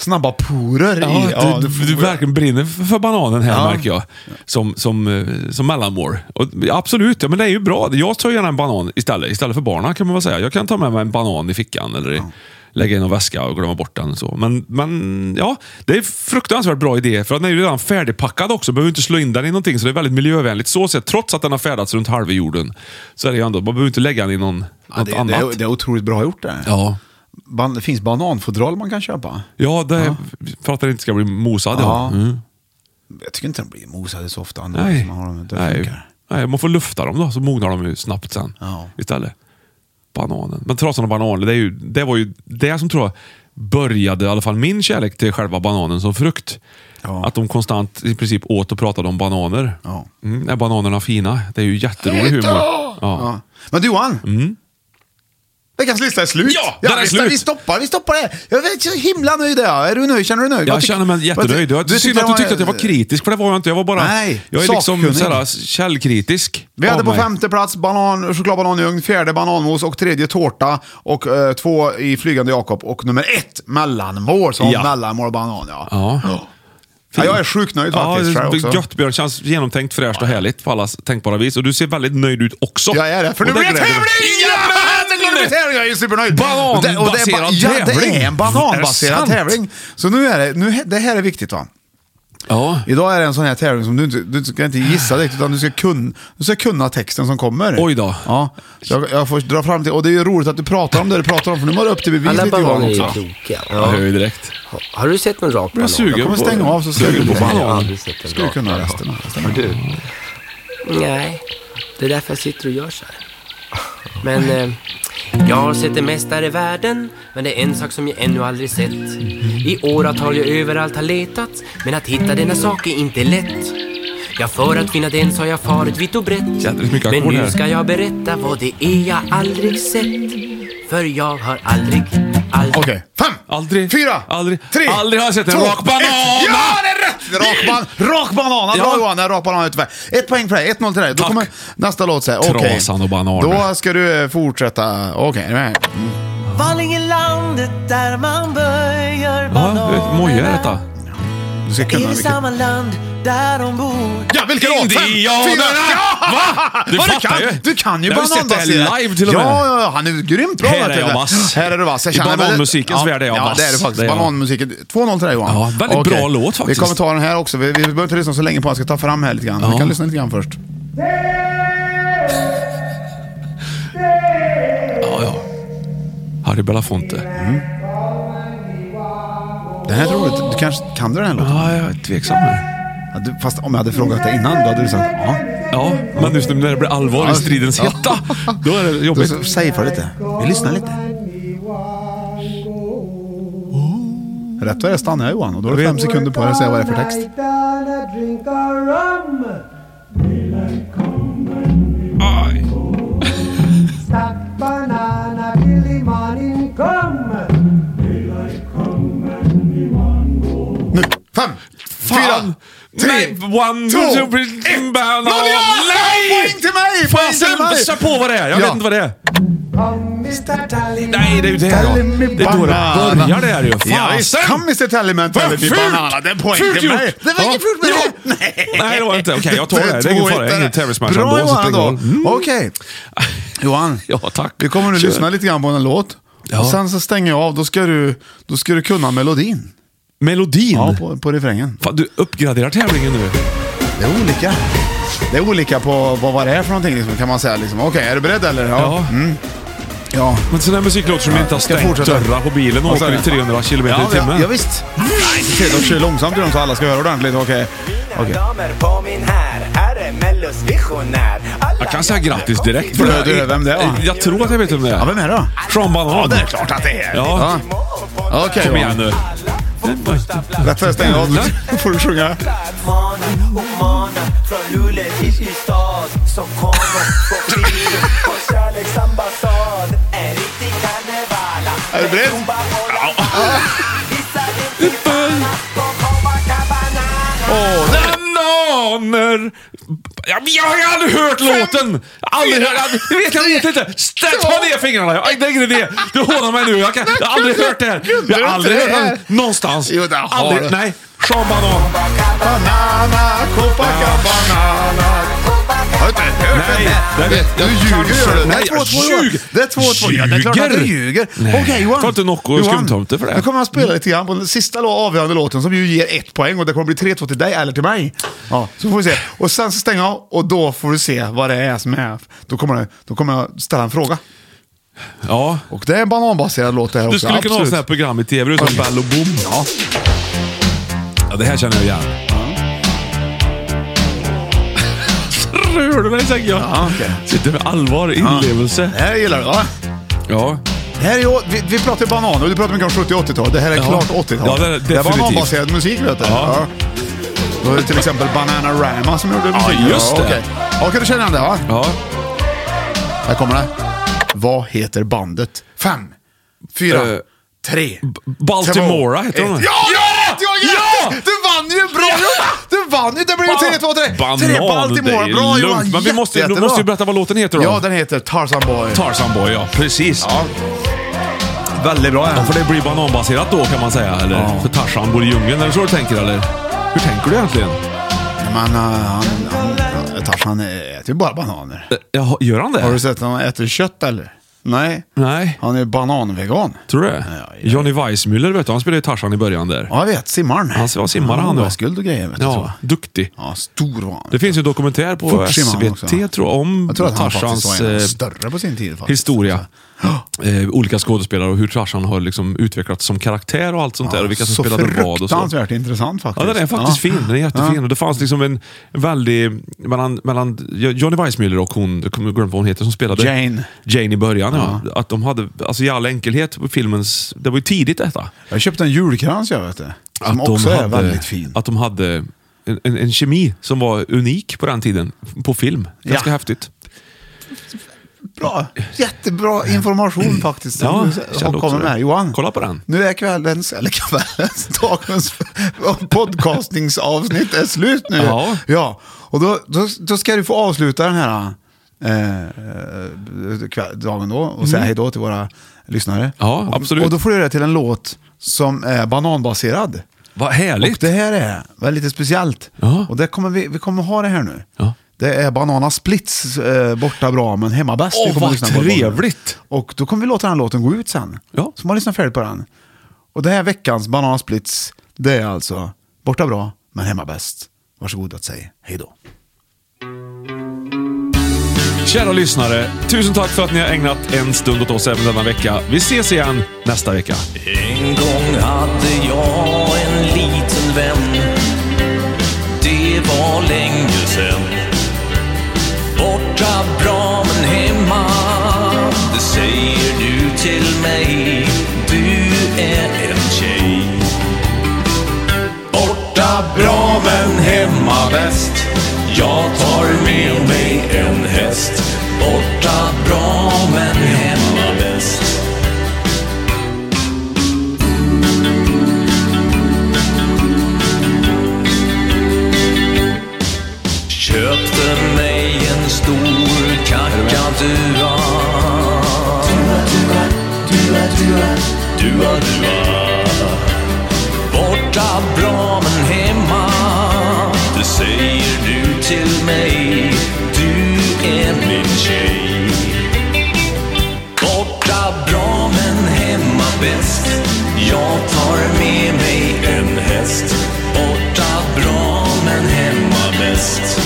S2: snabba porer
S1: Ja,
S2: i. Ja,
S1: du,
S2: det-
S1: du, du verkligen brinner för för bananen här
S2: Ja.
S1: märker jag. Som, som, eh, som mellanmål. Och, absolut, ja, men det är ju bra. Jag tar gärna en banan istället. Istället för barnen kan man väl säga. Jag kan ta med mig en banan i fickan eller i- lägga in en väska och glömma bort den. och Så. Men, men ja, det är en fruktansvärt bra idé. För att den är ju redan färdigpackad också. Behöver inte slå in den i någonting. Så det är väldigt miljövänligt. Så sett, trots att den har färdats runt halva jorden. Så är det ju ändå, man behöver inte lägga den i någon,
S2: Ja,
S1: något
S2: det, det,
S1: annat.
S2: är, det är otroligt bra gjort det.
S1: Ja.
S2: Ban, det finns bananfodral man kan köpa.
S1: Ja, det är, för att den inte ska bli mosad. Ja.
S2: Ja.
S1: Mm.
S2: Jag tycker inte de blir mosade så ofta ändå.
S1: Nej.
S2: som Man, har dem, det
S1: Nej.
S2: funkar.
S1: Nej, man får lufta dem då, så mognar de ju snabbt sen
S2: Ja.
S1: istället. Bananen. Men trasan och bananer, det, är ju, det var ju det som tror jag började i alla fall min kärlek till själva bananen som frukt.
S2: Ja.
S1: Att de konstant i princip åt och pratade om bananer.
S2: Ja.
S1: Mm, är bananerna fina? Det är ju jätterolig humor. Ja. Mm.
S2: Ja. Men du Johan. Veckans lista är slut.
S1: Ja, den är
S2: vi,
S1: slut.
S2: Vi stoppar, vi stoppar det. Jag är så himla nöjd. Ja. Är du nöjd? Känner du dig nöjd?
S1: Jag
S2: Vad tyck-
S1: känner mig
S2: vad tyck-
S1: jättenöjd. Jag-
S2: vad tyckte
S1: Synd att du
S2: jag
S1: tyckte att jag var kritisk, för det var jag inte. Jag var bara...
S2: Nej,
S1: jag är liksom
S2: sakkunnig.
S1: sådär, källkritisk.
S2: Vi hade
S1: av
S2: på
S1: mig.
S2: femte plats banan, chokladbanan i ugn, fjärde bananmos och tredje tårta och eh, två i Flygande Jakob och nummer ett mellanmål. Så
S1: Ja.
S2: mellanmål och banan ja.
S1: Ja.
S2: Ja, jag är sjukt nöjd faktiskt.
S1: Ja,
S2: tror jag
S1: det är
S2: också.
S1: gött Björn. Känns genomtänkt, fräscht och härligt på alla tänkbara vis. Och du ser väldigt nöjd ut också.
S2: Jag är det, för nu
S1: Och
S2: blir det
S1: gläder mig.
S2: tävling! Jajamän, det blir tävling! Jag är supernöjd.
S1: Bananbaserad
S2: Och det- och det är ba- Ja, det
S1: tävling.
S2: är en bananbaserad
S1: Är det sant?
S2: tävling. Så nu är det, nu, det här är viktigt va.
S1: Ja.
S2: Idag är det en sån här tävling som du, inte- du ska inte gissa direkt, utan du ska, kun, du ska kunna texten som kommer.
S1: Oj då.
S2: Ja, så jag, jag får dra fram till, och det är ju roligt att du pratar om det du pratar om, för nu var det upp till bevis lite Johan också.
S7: kloka.
S1: Jag hör ju direkt.
S7: Har du sett en rak
S1: Jag är sugen
S2: Jag kommer
S1: på-
S2: stänga av så ska
S1: sugen
S2: du-
S1: på banan.
S7: aldrig sett en
S2: Skulle kunna resten.
S7: Har du? Nej, det är därför jag sitter och gör så här. Men eh, jag har sett det mesta här i världen, men det är en sak som jag ännu aldrig sett. I åratal jag överallt har letat, men att hitta denna sak är inte lätt. Ja, för att finna den så har jag farit vitt och
S1: Jädrigt mycket
S7: brett. Men
S1: ackord här.
S7: nu ska jag berätta vad det är jag aldrig sett. För jag har aldrig, aldrig...
S2: Okej, fem,
S1: Aldrig.
S2: fyra,
S1: Aldrig.
S2: tre,
S1: Aldrig har jag sett en
S2: två,
S1: rak banan.
S2: ett. Ja, det är rätt! Rak, ban, rak banan, bra
S1: Ja.
S2: Johan, det är rak banan är tyvärr. Ett poäng för dig, 1-0 till dig. Då
S1: Tack.
S2: kommer nästa låt säga. okej.
S1: Trasan och bananer.
S2: Då ska du eh, fortsätta, okej. är du med?
S7: Vallingelandet där man böjer
S1: Ja, du vet, Moje är detta.
S2: Du ska kunna mycket.
S7: land där de bor
S2: Ja, vilken låt? Fem,
S1: Indianerna!
S2: fyra, ja!
S1: Va? Du
S2: Ja,
S1: fattar
S2: kan,
S1: ju.
S2: Ah, Du kan ju
S1: Jag har ju sett det här
S2: bananbaserat.
S1: live till och med.
S2: Ja, ja, ja, han är grymt bra.
S1: Här
S2: vet
S1: är
S2: du.
S1: jag vass.
S2: Här är du vass. Jag
S1: I
S2: känner-
S1: bananmusikens värld är jag
S2: ja,
S1: vass.
S2: Ja, det är du
S1: Det är
S2: faktiskt.
S1: jag.
S2: Bananmusiken. 2-0 till dig Johan.
S1: Ja, väldigt
S2: Okej.
S1: bra låt faktiskt.
S2: Vi kommer ta den här också. Vi, vi behöver inte lyssna så länge på den. Jag ska ta fram här lite grann.
S1: Ja.
S2: Vi kan lyssna lite grann först.
S1: Ja, ja. Harry Belafonte.
S2: Mm. Det här tror jag. Du kanske kan du den här låten?
S1: Ja, jag är tveksam här.
S2: Ja, du- Fast om jag hade frågat dig innan, då hade du sagt ja.
S1: Ja, men just nu när det blir allvar i stridens
S2: Ja.
S1: hetta, då är det
S2: Då
S1: jobbigt.
S2: så- säg för lite. Vi lyssnar lite. Rätt vad det är stannar jag Johan och då har du
S1: Jag
S2: fem
S1: vet.
S2: sekunder på dig att säga vad det är för text.
S1: Aj.
S2: Nu! Fem, fyra, tre,
S1: Nej, one,
S2: två,
S1: two,
S2: ett.
S1: three,
S2: Noll,
S1: banan.
S2: ja! Poäng till mig! Poäng till
S1: Fasen,
S2: mig!
S1: gissa på vad det är. Jag
S2: Ja.
S1: vet inte vad det är. Nej, det är ju det då. Det är då det börjar det här ju.
S2: Ja, visst. Kom
S1: Fasen!
S2: Mr Tallyman,
S1: Vad
S2: Tally
S1: fult!
S2: Banana. Det är poäng
S1: Fult
S2: till mig.
S1: gjort!
S2: Det
S1: Ja.
S2: var inget fult med det. Nej.
S1: Nej, det var det inte. Okej, jag tar det. Det är ingen fara. Det är ingen tävlingsmatch ändå,
S2: Bra
S1: så det
S2: Johan
S1: spelar
S2: ändå.
S1: ingen roll. Mm.
S2: Okej. Johan.
S1: Ja, tack.
S2: Vi kommer nu
S1: Kör.
S2: lyssna lite grann på en låt.
S1: Ja.
S2: Och sen så stänger jag av. Då ska du, då ska du kunna melodin.
S1: Melodin.
S2: Ja, på, på refrängen.
S1: Fan, du uppgraderar tävlingen nu.
S2: Det är olika. Det är olika på vad, vad det är för någonting liksom, kan man säga. Liksom. Okej, är du beredd eller?
S1: Ja.
S2: Mm. ja.
S1: Men sån här musik låter som att man inte har
S2: Ska
S1: stängt
S2: fortsätta?
S1: dörrar på bilen och
S2: Ja, så är
S1: åker i
S2: det.
S1: 300 km i
S2: ja,
S1: timmen.
S2: ja, visst. Nej, se till, de kör långsamt i dem så alla ska höra ordentligt. Okej. Okej.
S7: Damer på min här, här är Mellos visionär Alla
S1: Jag kan säga grattis direkt.
S2: För du vet vem det är, va?
S1: Jag tror att jag vet vem det
S2: Ja,
S1: är.
S2: vem är det då?
S1: Sean Banan.
S2: klart att det är.
S1: Ja.
S2: Okej,
S1: Kom
S2: Johan.
S1: igen nu.
S2: Lättare att stänga av. Nu får du sjunga. Är du beredd?
S1: Åh, Bananer! Jag, jag har ju aldrig hört låten! Aldrig hört, aldrig, jag vet, jag vet inte. Ställ, ta ner fingrarna! Jag, det är ingen idé. Du hånar mig nu. Jag, kan, jag har aldrig hört det här.
S2: Kunde
S1: Jag
S2: du
S1: har aldrig
S2: inte
S1: hört
S2: det här?
S1: det någonstans.
S2: Jo, det har
S1: aldrig,
S2: du.
S1: Nej. Sean Banan.
S2: Banana, Copacabana. Har du inte hört
S1: Nej, det vet
S2: Du
S1: jag.
S2: ljuger gör du. Det
S1: Nej,
S2: är
S1: jag
S2: 2-2.
S1: ljuger.
S2: Det är 2-2. Ja, det är klart att du ljuger.
S1: Nej.
S2: Okej Johan.
S1: Ta inte Nocco och
S2: Johan,
S1: skumtomte för det.
S2: Nu kommer han spela lite grann på den sista lå- avgörande låten som ju ger ett poäng och det kommer bli 3-2 till dig eller till mig. Ja, så får vi se. Och sen så stänger jag av och då får du se vad det är som är. Då kommer, det, då kommer jag ställa en fråga.
S1: Ja.
S2: Och det är en bananbaserad låt det här
S1: Du
S2: också.
S1: skulle kunna ha
S2: absolut.
S1: sådana här program i tv som
S2: Oj.
S1: Bell och Boom. Ja. ja, det här känner jag igen. Rör du mig tänker jag.
S2: Ja, okej.
S1: Sitter med allvar, inlevelse.
S2: Det här gillar du va?
S1: Ja.
S2: Det här är, ju- vi, vi pratar ju bananer och du pratar mycket om 70-80-tal. Det här är
S1: Ja.
S2: klart 80-tal.
S1: Ja, det är
S2: det är
S1: definitivt.
S2: bananbaserad musik vet du.
S1: Ja.
S2: Då är det till exempel Bananarama som gjorde
S1: Ja,
S2: musik.
S1: just det.
S2: okej. Ja, kan du känna igen det va?
S1: Ja.
S2: Här kommer det. Vad heter bandet? Fem, fyra,
S1: Eh,
S2: tre,
S1: Baltimora heter
S2: ett.
S1: hon.
S2: Ja! Ja! ja! Du vann ju! Bra jobbat! Du vann ju! Det blev ju 3, 2, 3.
S1: Banan,
S2: Tre
S1: det
S2: Baltimora.
S1: är
S2: Bra
S1: lugnt.
S2: Johan!
S1: Men vi måste, du
S2: Jättebra.
S1: måste ju berätta vad låten heter då.
S2: Ja, den heter Tarzan Boy.
S1: Tarzan Boy, ja. Precis.
S2: Ja. Väldigt bra.
S1: Ja, för det blir bananbaserat då kan man säga. Eller
S2: Ja.
S1: för Tarzan bor i djungeln. Eller så du tänker eller? Hur tänker du egentligen?
S2: Men uh, han, han, han, Tarzan äter ju bara bananer.
S1: Jaha, gör han det?
S2: Har du sett honom äter kött eller? Nej.
S1: Nej.
S2: Han är bananvegan.
S1: Tror du det?
S2: Ja, ja.
S1: Johnny Weissmuller vet du, han spelade ju Tarzan i början där.
S2: Ja, jag vet. Simmaren.
S1: Han var simmare han då.
S2: OS-guld och grejer vet du. tror
S1: Ja,
S2: jag.
S1: duktig.
S2: Ja, stor var han.
S1: Det finns ju en dokumentär på
S2: Fort simmar han också.
S1: SVT tror jag om
S2: Jag tror att han
S1: Tarzans
S2: faktiskt var en av de
S1: eh,
S2: större på sin tid. Faktiskt.
S1: historia. Eh, olika skådespelare och hur Tarzan har liksom utvecklats som karaktär och allt sånt där. Och vilka som
S2: så
S1: spelade vad och så.
S2: fruktansvärt intressant
S1: Ja,
S2: faktiskt.
S1: den är faktiskt
S2: Ja.
S1: fin. Den är jättefin. Och det fanns liksom en väldig... Mellan, mellan Johnny Weissmuller och hon, jag kommer glömma vad hon heter, som spelade
S2: Jane.
S1: Jane i början. Ja. Att de hade, alltså i all enkelhet, på filmens... Det var ju tidigt detta.
S2: Jag köpte en julkrans jag vet det. Som
S1: att
S2: också
S1: de
S2: är
S1: hade,
S2: väldigt fin.
S1: Att de hade en, en, en kemi som var unik på den tiden, på film. Ganska
S2: Ja.
S1: häftigt.
S2: Bra. Jättebra information faktiskt.
S1: Ja,
S2: Som
S1: jag
S2: du
S1: kände
S2: har
S1: också
S2: kommit
S1: det.
S2: med. Johan.
S1: Kolla på den.
S2: Nu är kvällens, eller kvällens, dagens podcastningsavsnitt är slut nu.
S1: Ja.
S2: ja. Och då, då, då ska du få avsluta den här eh, eh, kväll- dagen då och säga hej då till våra lyssnare.
S1: Mm. Ja,
S2: och,
S1: absolut.
S2: Och då får du göra det till en låt som är bananbaserad.
S1: Vad
S2: Och
S1: härligt!
S2: det här är väldigt lite speciellt.
S1: Ja.
S2: Och det kommer vi, vi kommer ha det här nu.
S1: Ja.
S2: Det är Banana Splits eh, borta bra men hemma bäst.
S1: Åh,
S2: Vi kommer
S1: vad
S2: lyssna på den.
S1: trevligt.
S2: Och då kommer vi låta den här låten gå ut sen.
S1: Ja.
S2: Så man lyssnar färdigt på den. Och det här veckans Banana Splits, det är alltså borta bra men hemma bäst. Varsågod att säga hej då.
S1: Kära lyssnare, tusen tack för att ni har ägnat en stund åt oss även denna vecka. Vi ses igen nästa vecka.
S8: En gång hade jag en liten vän Det var länge sen Borta bra men hemma Det säger du till mig Du är en tjej Borta bra men hemma bäst Jag tar med mig en häst Borta bra men hemma bäst Köpte mig en stor kakadua Dua, dua Borta bra men hemma Det säger du till mig Du är min tjej Borta bra men hemma bäst Jag tar med mig en häst Borta bra men hemma bäst